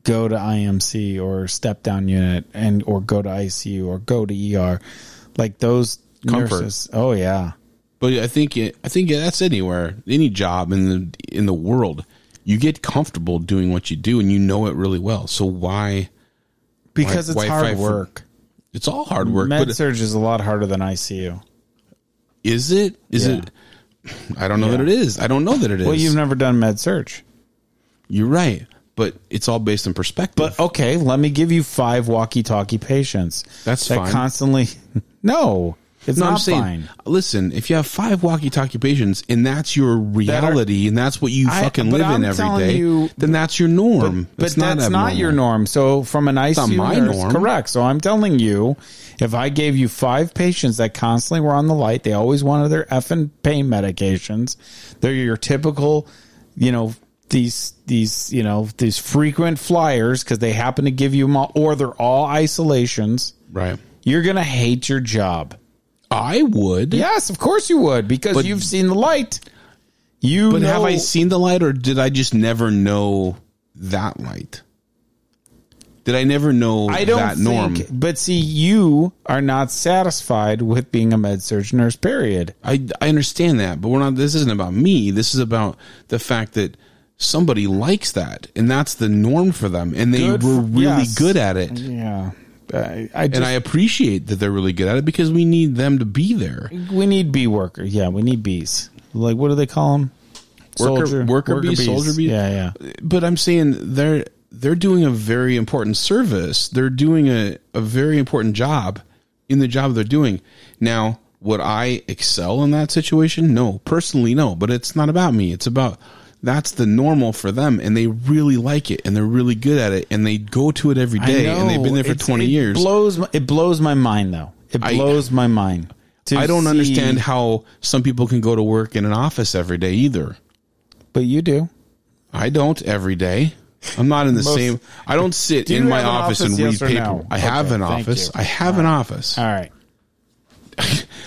go to IMC or step down unit and or go to ICU or go to ER. Like those Comfort. nurses. Oh yeah. But I think it, I think that's anywhere, any job in the in the world, you get comfortable doing what you do and you know it really well. So why Because it's why hard fight for work. it's all hard work, Med but surge is a lot harder than ICU. is it? Is Yeah. it? I don't know that it is. I don't know that it is. Well, you've never done med surge. You're right, but it's all based on perspective. But okay, let me give you five walkie-talkie patients. That's that fine. constantly. No, it's No, not I'm saying, fine. listen, if you have five walkie-talkie patients and that's your are- reality and that's what you I- fucking but live I'm in every telling day, you- then that's your norm. But It's that's not abnormal. your norm. So from an not ICU my nurse, norm. correct. So I'm telling you, if I gave you five patients that constantly were on the light, they always wanted their effing pain medications. They're your typical, you know, these these you know these frequent flyers because they happen to give you them all, or they're all isolations. Right. You're gonna hate your job. I would. Yes, of course you would because But- you've seen the light. You But know, have I seen the light or did I just never know that light? Did I never know I don't that think, norm? But see, you are not satisfied with being a med surge nurse. Period. I, I understand that, but we're not. This isn't about me. This is about the fact that somebody likes that, and that's the norm for them, and they Good were for- really yes. good at it. Yeah, I, I just And I appreciate that they're really good at it because we need them to be there. we need bee worker. Yeah, we need bees. Like what do they call them? Worker- worker bees, soldier bees? Yeah, yeah. But I'm saying they're they're doing a very important service. They're doing a, a very important job in the job they're doing. Now, would I excel in that situation? No. Personally, no. But it's not about me. It's about that's the normal for them and they really like it and they're really good at it and they go to it every day I know. and they've been there for It's- 20 it years. Blows my, it blows my mind though. It I- blows my mind. to I don't see- understand how some people can go to work in an office every day either. but you do. I don't every day. I'm not in the Most- same. I don't sit Do in you my have an office, office, and read yes or paper. no? I have Okay, an thank office. you. Uh, I have an office. All right.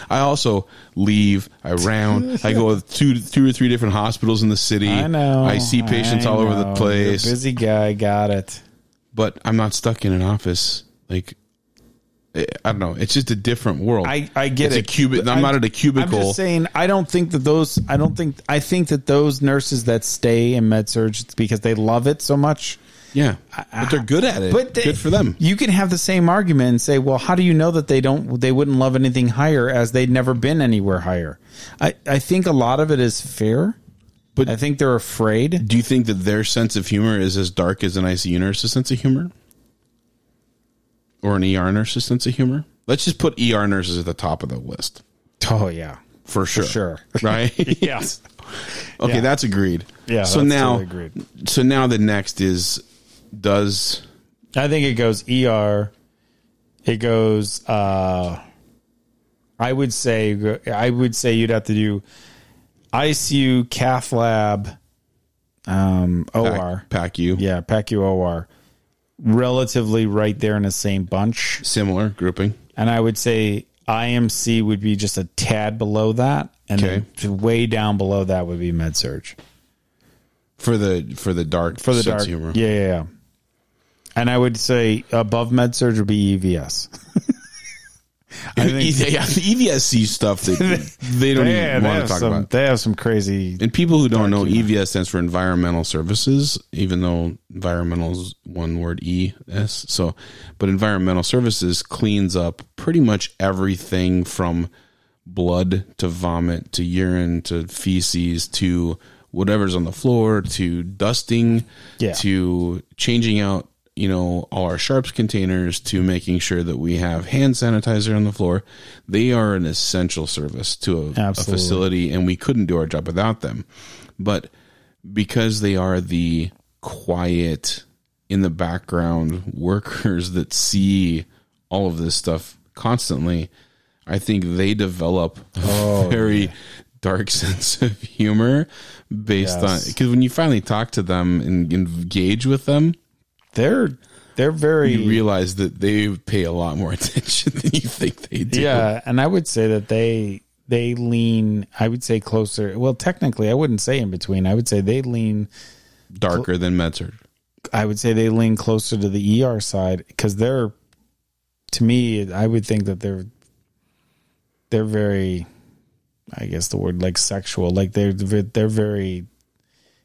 I also leave. I round. I go to two, two or three different hospitals in the city. I know. I see patients I all over the know. place. You're a busy guy. Got it. But I'm not stuck in an office. Like I I don't know. It's just a different world. I, I get it's it. A cubi- but I'm, not at a cubicle. I'm just saying, I don't think that those. I don't think. I think that those nurses that stay in med surge it's because they love it so much. yeah, but they're good at it. But they- good for them. You can have the same argument and say, well, how do you know that they don't? They wouldn't love anything higher as they'd never been anywhere higher. I I think a lot of it is fear. But- I think they're afraid. Do you think that their sense of humor is as dark as an ICU nurse's sense of humor? Or an ER nurse's sense of humor? Let's just put ER nurses at the top of the list. Oh yeah, For sure. sure. Right? yes, okay, Yeah. that's agreed. Yeah, So that's now totally agreed. So now the next is does I think it goes ER. It goes. uh I would say. I would say you'd have to do ICU, cath lab, um, pack, OR. pack you? Yeah, PACU OR. relatively right there in the same bunch. Similar grouping. And I would say IMC would be just a tad below that. And Okay. then way down below that would be med surge. For the for the dark For the sense dark. of humor. Yeah, yeah, yeah. And I would say above med surge would be E EVS. I think, yeah, E the EVSC stuff that they don't E Yeah, even they want have to talk some about. they have some crazy And people who don't know, EVS stands for Environmental Services, even though environmental is one word E S. So, but Environmental Services cleans up pretty much everything from blood to vomit to urine to feces to whatever's on the floor to dusting Yeah. to changing out you know all our sharps containers to making sure that we have hand sanitizer on the floor they are an essential service to a, a Absolutely. facility and we couldn't do our job without them but because they are the quiet in the background workers that see all of this stuff constantly i think they develop a Oh, very dark sense of humor based on Yes. because when you finally talk to them and engage with them they're they're very you realize that they pay a lot more attention than you think they do Yeah, and I would say that they they lean. I would say closer. Well, technically, I wouldn't say in between. I would say they lean. darker than Metzger. I would say they lean closer to the ER side because they're. To me, I would think that they're. They're very, I guess the word like sexual. Like they're they're very.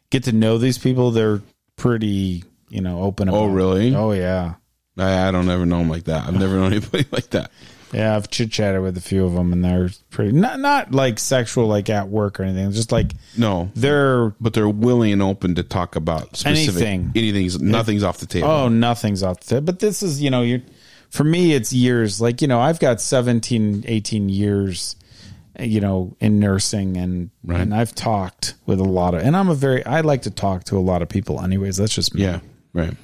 Get to know these people. They're pretty, you know, open. Oh, about it. really? Oh yeah. I, I don't ever know them like that i've never known anybody like that Yeah, I've chit chatted with a few of them, and they're pretty not not like sexual, like at work or anything. Just like no they're but they're willing and open to talk about specific Anything. anything's nothing's off the table oh nothing's off the but this is you know you're for me it's years like you know i've got 17 18 years you know in nursing and Right. and i've talked with a lot of and i'm a very i like to talk to a lot of people anyways that's just me yeah right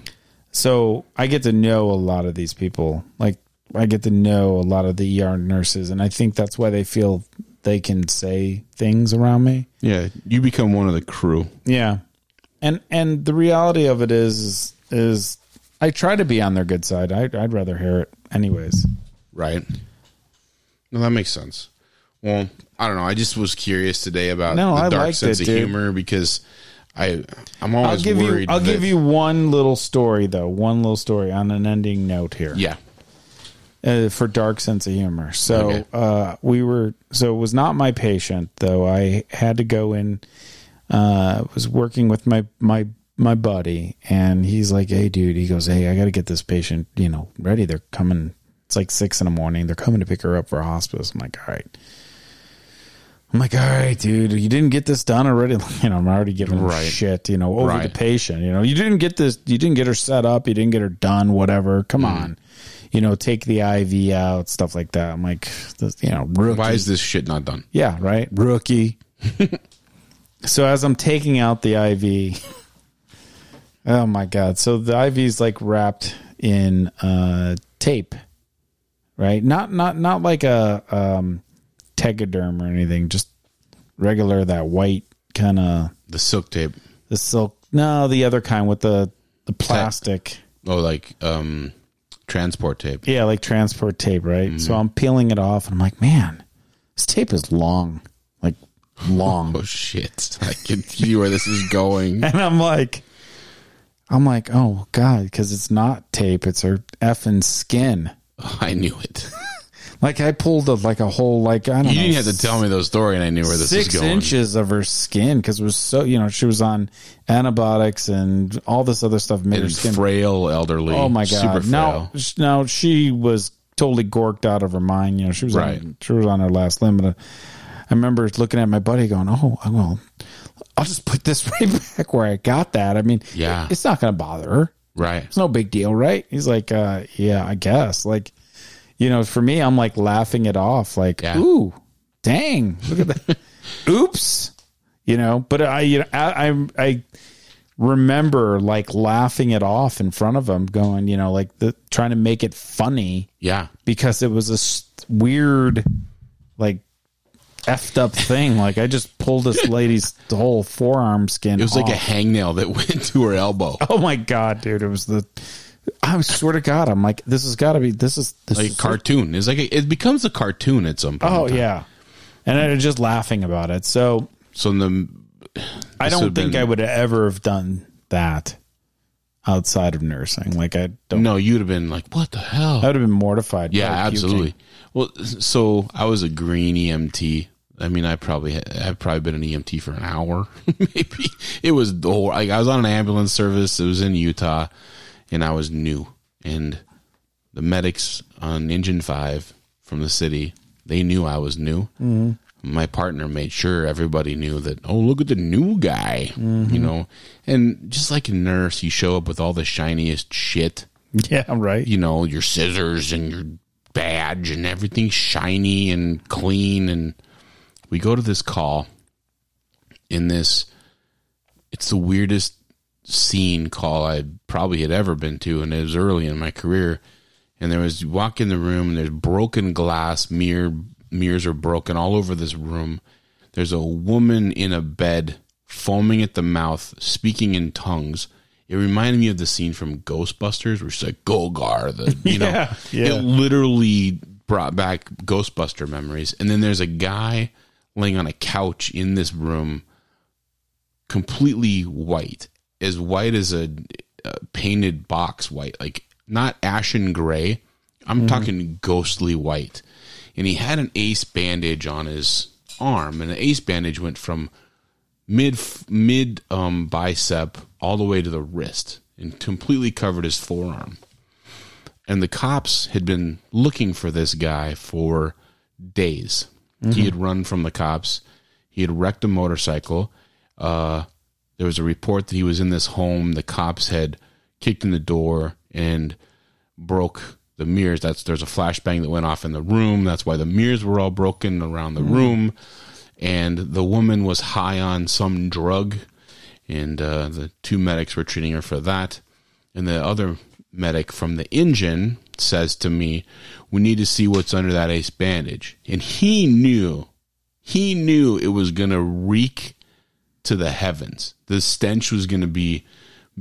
so I get to know a lot of these people. Like I get to know a lot of the ER nurses, and I think that's why they feel they can say things around me. yeah you become one of the crew Yeah, and and the reality of it is is I try to be on their good side. I, I'd rather hear it anyways. right no that makes sense well i don't know i just was curious today about No, the I dark liked sense it, of dude. humor because i i'm I'll always give worried you I'll that- give you one little story though. One little story on an ending note here. yeah uh, for dark sense of humor. So Okay. uh, we were so it was not my patient though. I had to go in. Uh, was working with my my my buddy, and he's like, "Hey, dude," he goes, "Hey, I got to get this patient, you know, ready. They're coming. It's like six in the morning. They're coming to pick her up for hospice." I'm like, "All right." I'm like, all right, dude, you didn't get this done already. You know, I'm already giving him Right. shit, you know, over Right. the patient. You know, you didn't get this, you didn't get her set up, you didn't get her done, whatever. Come Hmm. on, you know, take the IV out, stuff like that. I'm like, this, you know, rookie. why is this shit not done yeah, right, rookie. so as I'm taking out the IV, oh my god, so the IV is like wrapped in uh, tape, right? Not not not like a um, tegaderm or anything, just regular that white kind of the silk tape the silk. No, the other kind with the the plastic. oh like um transport tape Yeah, like transport tape, right? Mm-hmm. So I'm peeling it off and I'm like, man, this tape is long. Like long. oh shit i can see where this is going and I'm like I'm like, oh God, because it's not tape, it's her effing skin. i knew it Like I pulled a, like a whole like I don't you know didn't have to tell me the story and i knew where this six is going inches of her skin because it was so you know, she was on antibiotics and all this other stuff made her and skin frail elderly Oh my super god! frail Now, sh- now she was totally gorked out of her mind. You know, she was Right. on, she was on her last limb. But uh, I remember looking at my buddy, going, "Oh, I will. I'll just put this right back where I got that. I mean, Yeah. it's not going to bother her. right It's no big deal, right?" He's like, uh, "Yeah, I guess." Like, you know, for me, I'm like laughing it off, like, Yeah. "Ooh, dang, look at that. Oops." You know, but I, you know, I, I, I remember like laughing it off in front of him, going, you know, like the trying to make it funny yeah because it was a s- weird, like effed up thing. like I just pulled this lady's whole forearm skin. It was like a off. hangnail that went to her elbow. oh my god, dude! It was the I swear to God, I'm like, this has got to be this is this Like is cartoon. It's like a, it becomes a cartoon at some point. in Oh time. yeah, and I'm just laughing about it. So So the I This don't would've think been- I would ever have done that outside of nursing. Like I don't. no, you'd have been like, what the hell? I would have been mortified. Yeah, probably puking. absolutely. Well, so I was a green EMT. I mean, I probably I've probably been an EMT for an hour, maybe. It was the whole. Like, I was on an ambulance service. It was in Utah, and I was new. And the medics on Engine Five from the city, they knew I was new. My partner made sure everybody knew that. Oh, look at the new guy, you know. And just like a nurse, you show up with all the shiniest shit Yeah, right. you know, your scissors and your badge and everything shiny and clean. And we go to this call in this, it's the weirdest scene call I probably had ever been to. And it was early in my career. And there was, you walk in the room and there's broken glass, mirror, mirrors are broken all over this room. There's a woman in a bed, foaming at the mouth, speaking in tongues. It reminded me of the scene from Ghostbusters where she's like, Golgar, the, you know, yeah. it literally brought back Ghostbuster memories. And then there's a guy laying on a couch in this room, completely white, as white as a, a painted box white, like not ashen gray. I'm talking ghostly white. And he had an ace bandage on his arm, and the ace bandage went from mid mid um, bicep all the way to the wrist and completely covered his forearm. And the cops had been looking for this guy for days. He had run from the cops. He had wrecked a motorcycle. Uh, there was a report that he was in this home. The cops had kicked in the door and broke the mirrors. That's there's a flashbang that went off in the room. That's why the mirrors were all broken around the room and the woman was high on some drug, and uh, the two medics were treating her for that. And the other medic from the engine says to me, "We need to see what's under that ace bandage." And he knew, he knew it was gonna reek to the heavens. The stench was gonna be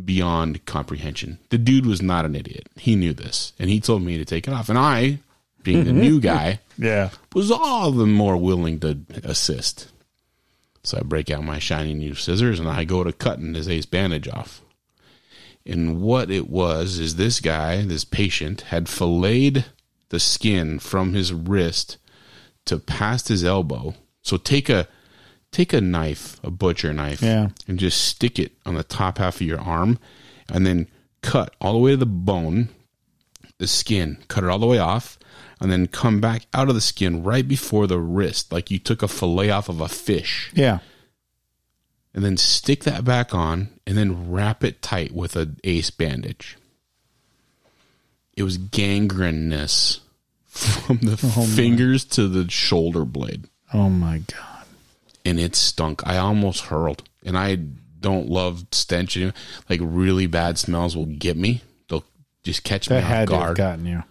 beyond comprehension. The dude was not an idiot. He knew this, and he told me to take it off. And I, being the new guy Yeah. was all the more willing to assist. So I break out my shiny new scissors and I go to cutting his ace bandage off. And what it was is this guy, this patient, had filleted the skin from his wrist to past his elbow. So take a take a knife, a butcher knife, Yeah. and just stick it on the top half of your arm and then cut all the way to the bone the skin, cut it all the way off, and then come back out of the skin right before the wrist, like you took a fillet off of a fish, Yeah. and then stick that back on, and then wrap it tight with an ace bandage. It was gangrenous from the fingers to the shoulder blade, Oh my God. and it stunk. I almost hurled, and I don't love stench. you know, Like really bad smells will get me; they'll just catch That me had off to have guard. gotten you.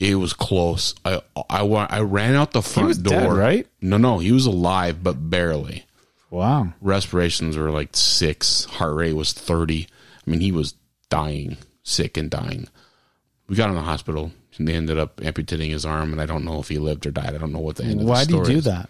It was close. I I wa- I ran out the front was door. dead, right? No, no, he was alive, but barely. Wow. Respirations were like six. Heart rate was thirty. I mean, he was dying, sick and dying. We got him in the hospital, and they ended up amputating his arm. And I don't know if he lived or died. I don't know what the end. of the Why do you story do is. that?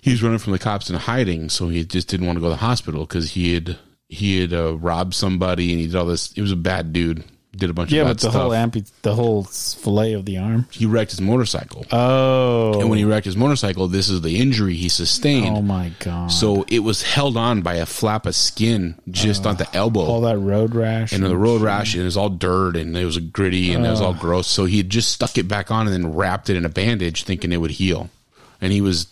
He was running from the cops and hiding, so he just didn't want to go to the hospital because he had he had uh, robbed somebody and he did all this. He was a bad dude. Did a bunch Yeah, of bad but the stuff. whole ampu- the whole s- fillet of the arm. he wrecked his motorcycle. Oh. And when he wrecked his motorcycle, this is the injury he sustained. oh my God. so it was held on by a flap of skin just on the all elbow. that road rash. And the road rash, and it was all dirt, and it was gritty, and it was all gross. So he had just stuck it back on and then wrapped it in a bandage, thinking it would heal. And he was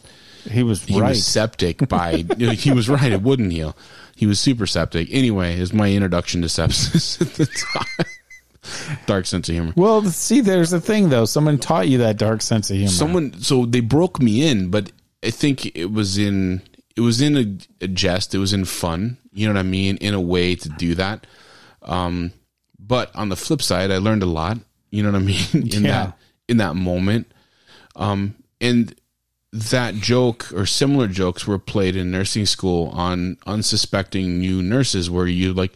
he was he right. was septic by he was right; it wouldn't heal. He was super septic. Anyway, is my introduction to sepsis at the time. Dark sense of humor. well, see, there's a thing though. Someone taught you that dark sense of humor. someone so they broke me in but i think it was in it was in a, a jest it was in fun you know what i mean in a way to do that um but on the flip side i learned a lot you know what i mean in Yeah. that in that moment um and that joke or similar jokes were played in nursing school on unsuspecting new nurses where you like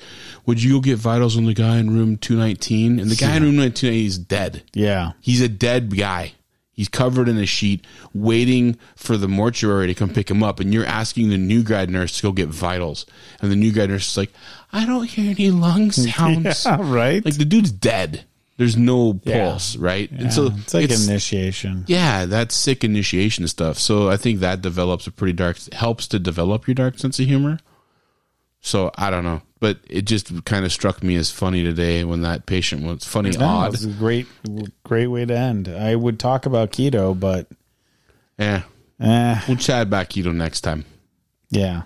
would you get vitals on the guy in room 219 and the guy in room 219 is dead Yeah. he's a dead guy he's covered in a sheet waiting for the mortuary to come pick him up and you're asking the new grad nurse to go get vitals and the new grad nurse is like i don't hear any lung sounds Yeah, right. like the dude's dead there's no Yeah. pulse right Yeah, and so it's like initiation. yeah, that's sick initiation stuff. So I think that develops a pretty dark helps to develop your dark sense of humor. So I don't know, but it just kind of struck me as funny today when that patient was funny No, odd. It's a great, great way to end. I would talk about keto, but Yeah, eh, we'll chat back keto next time. yeah.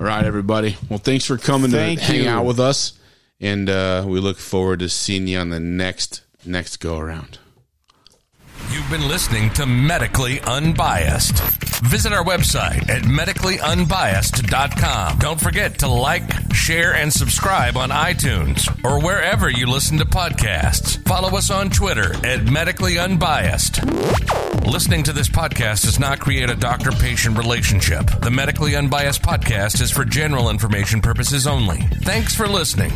All right, everybody. Well, thanks for coming Thank to hang you. out with us, and uh, we look forward to seeing you on the next next go around. You've been listening to Medically Unbiased. Visit our website at medicallyunbiased.com. Don't forget to like, share, and subscribe on iTunes or wherever you listen to podcasts. Follow us on Twitter at Medically Unbiased. Listening to this podcast does not create a doctor patient relationship. The Medically Unbiased podcast is for general information purposes only. Thanks for listening.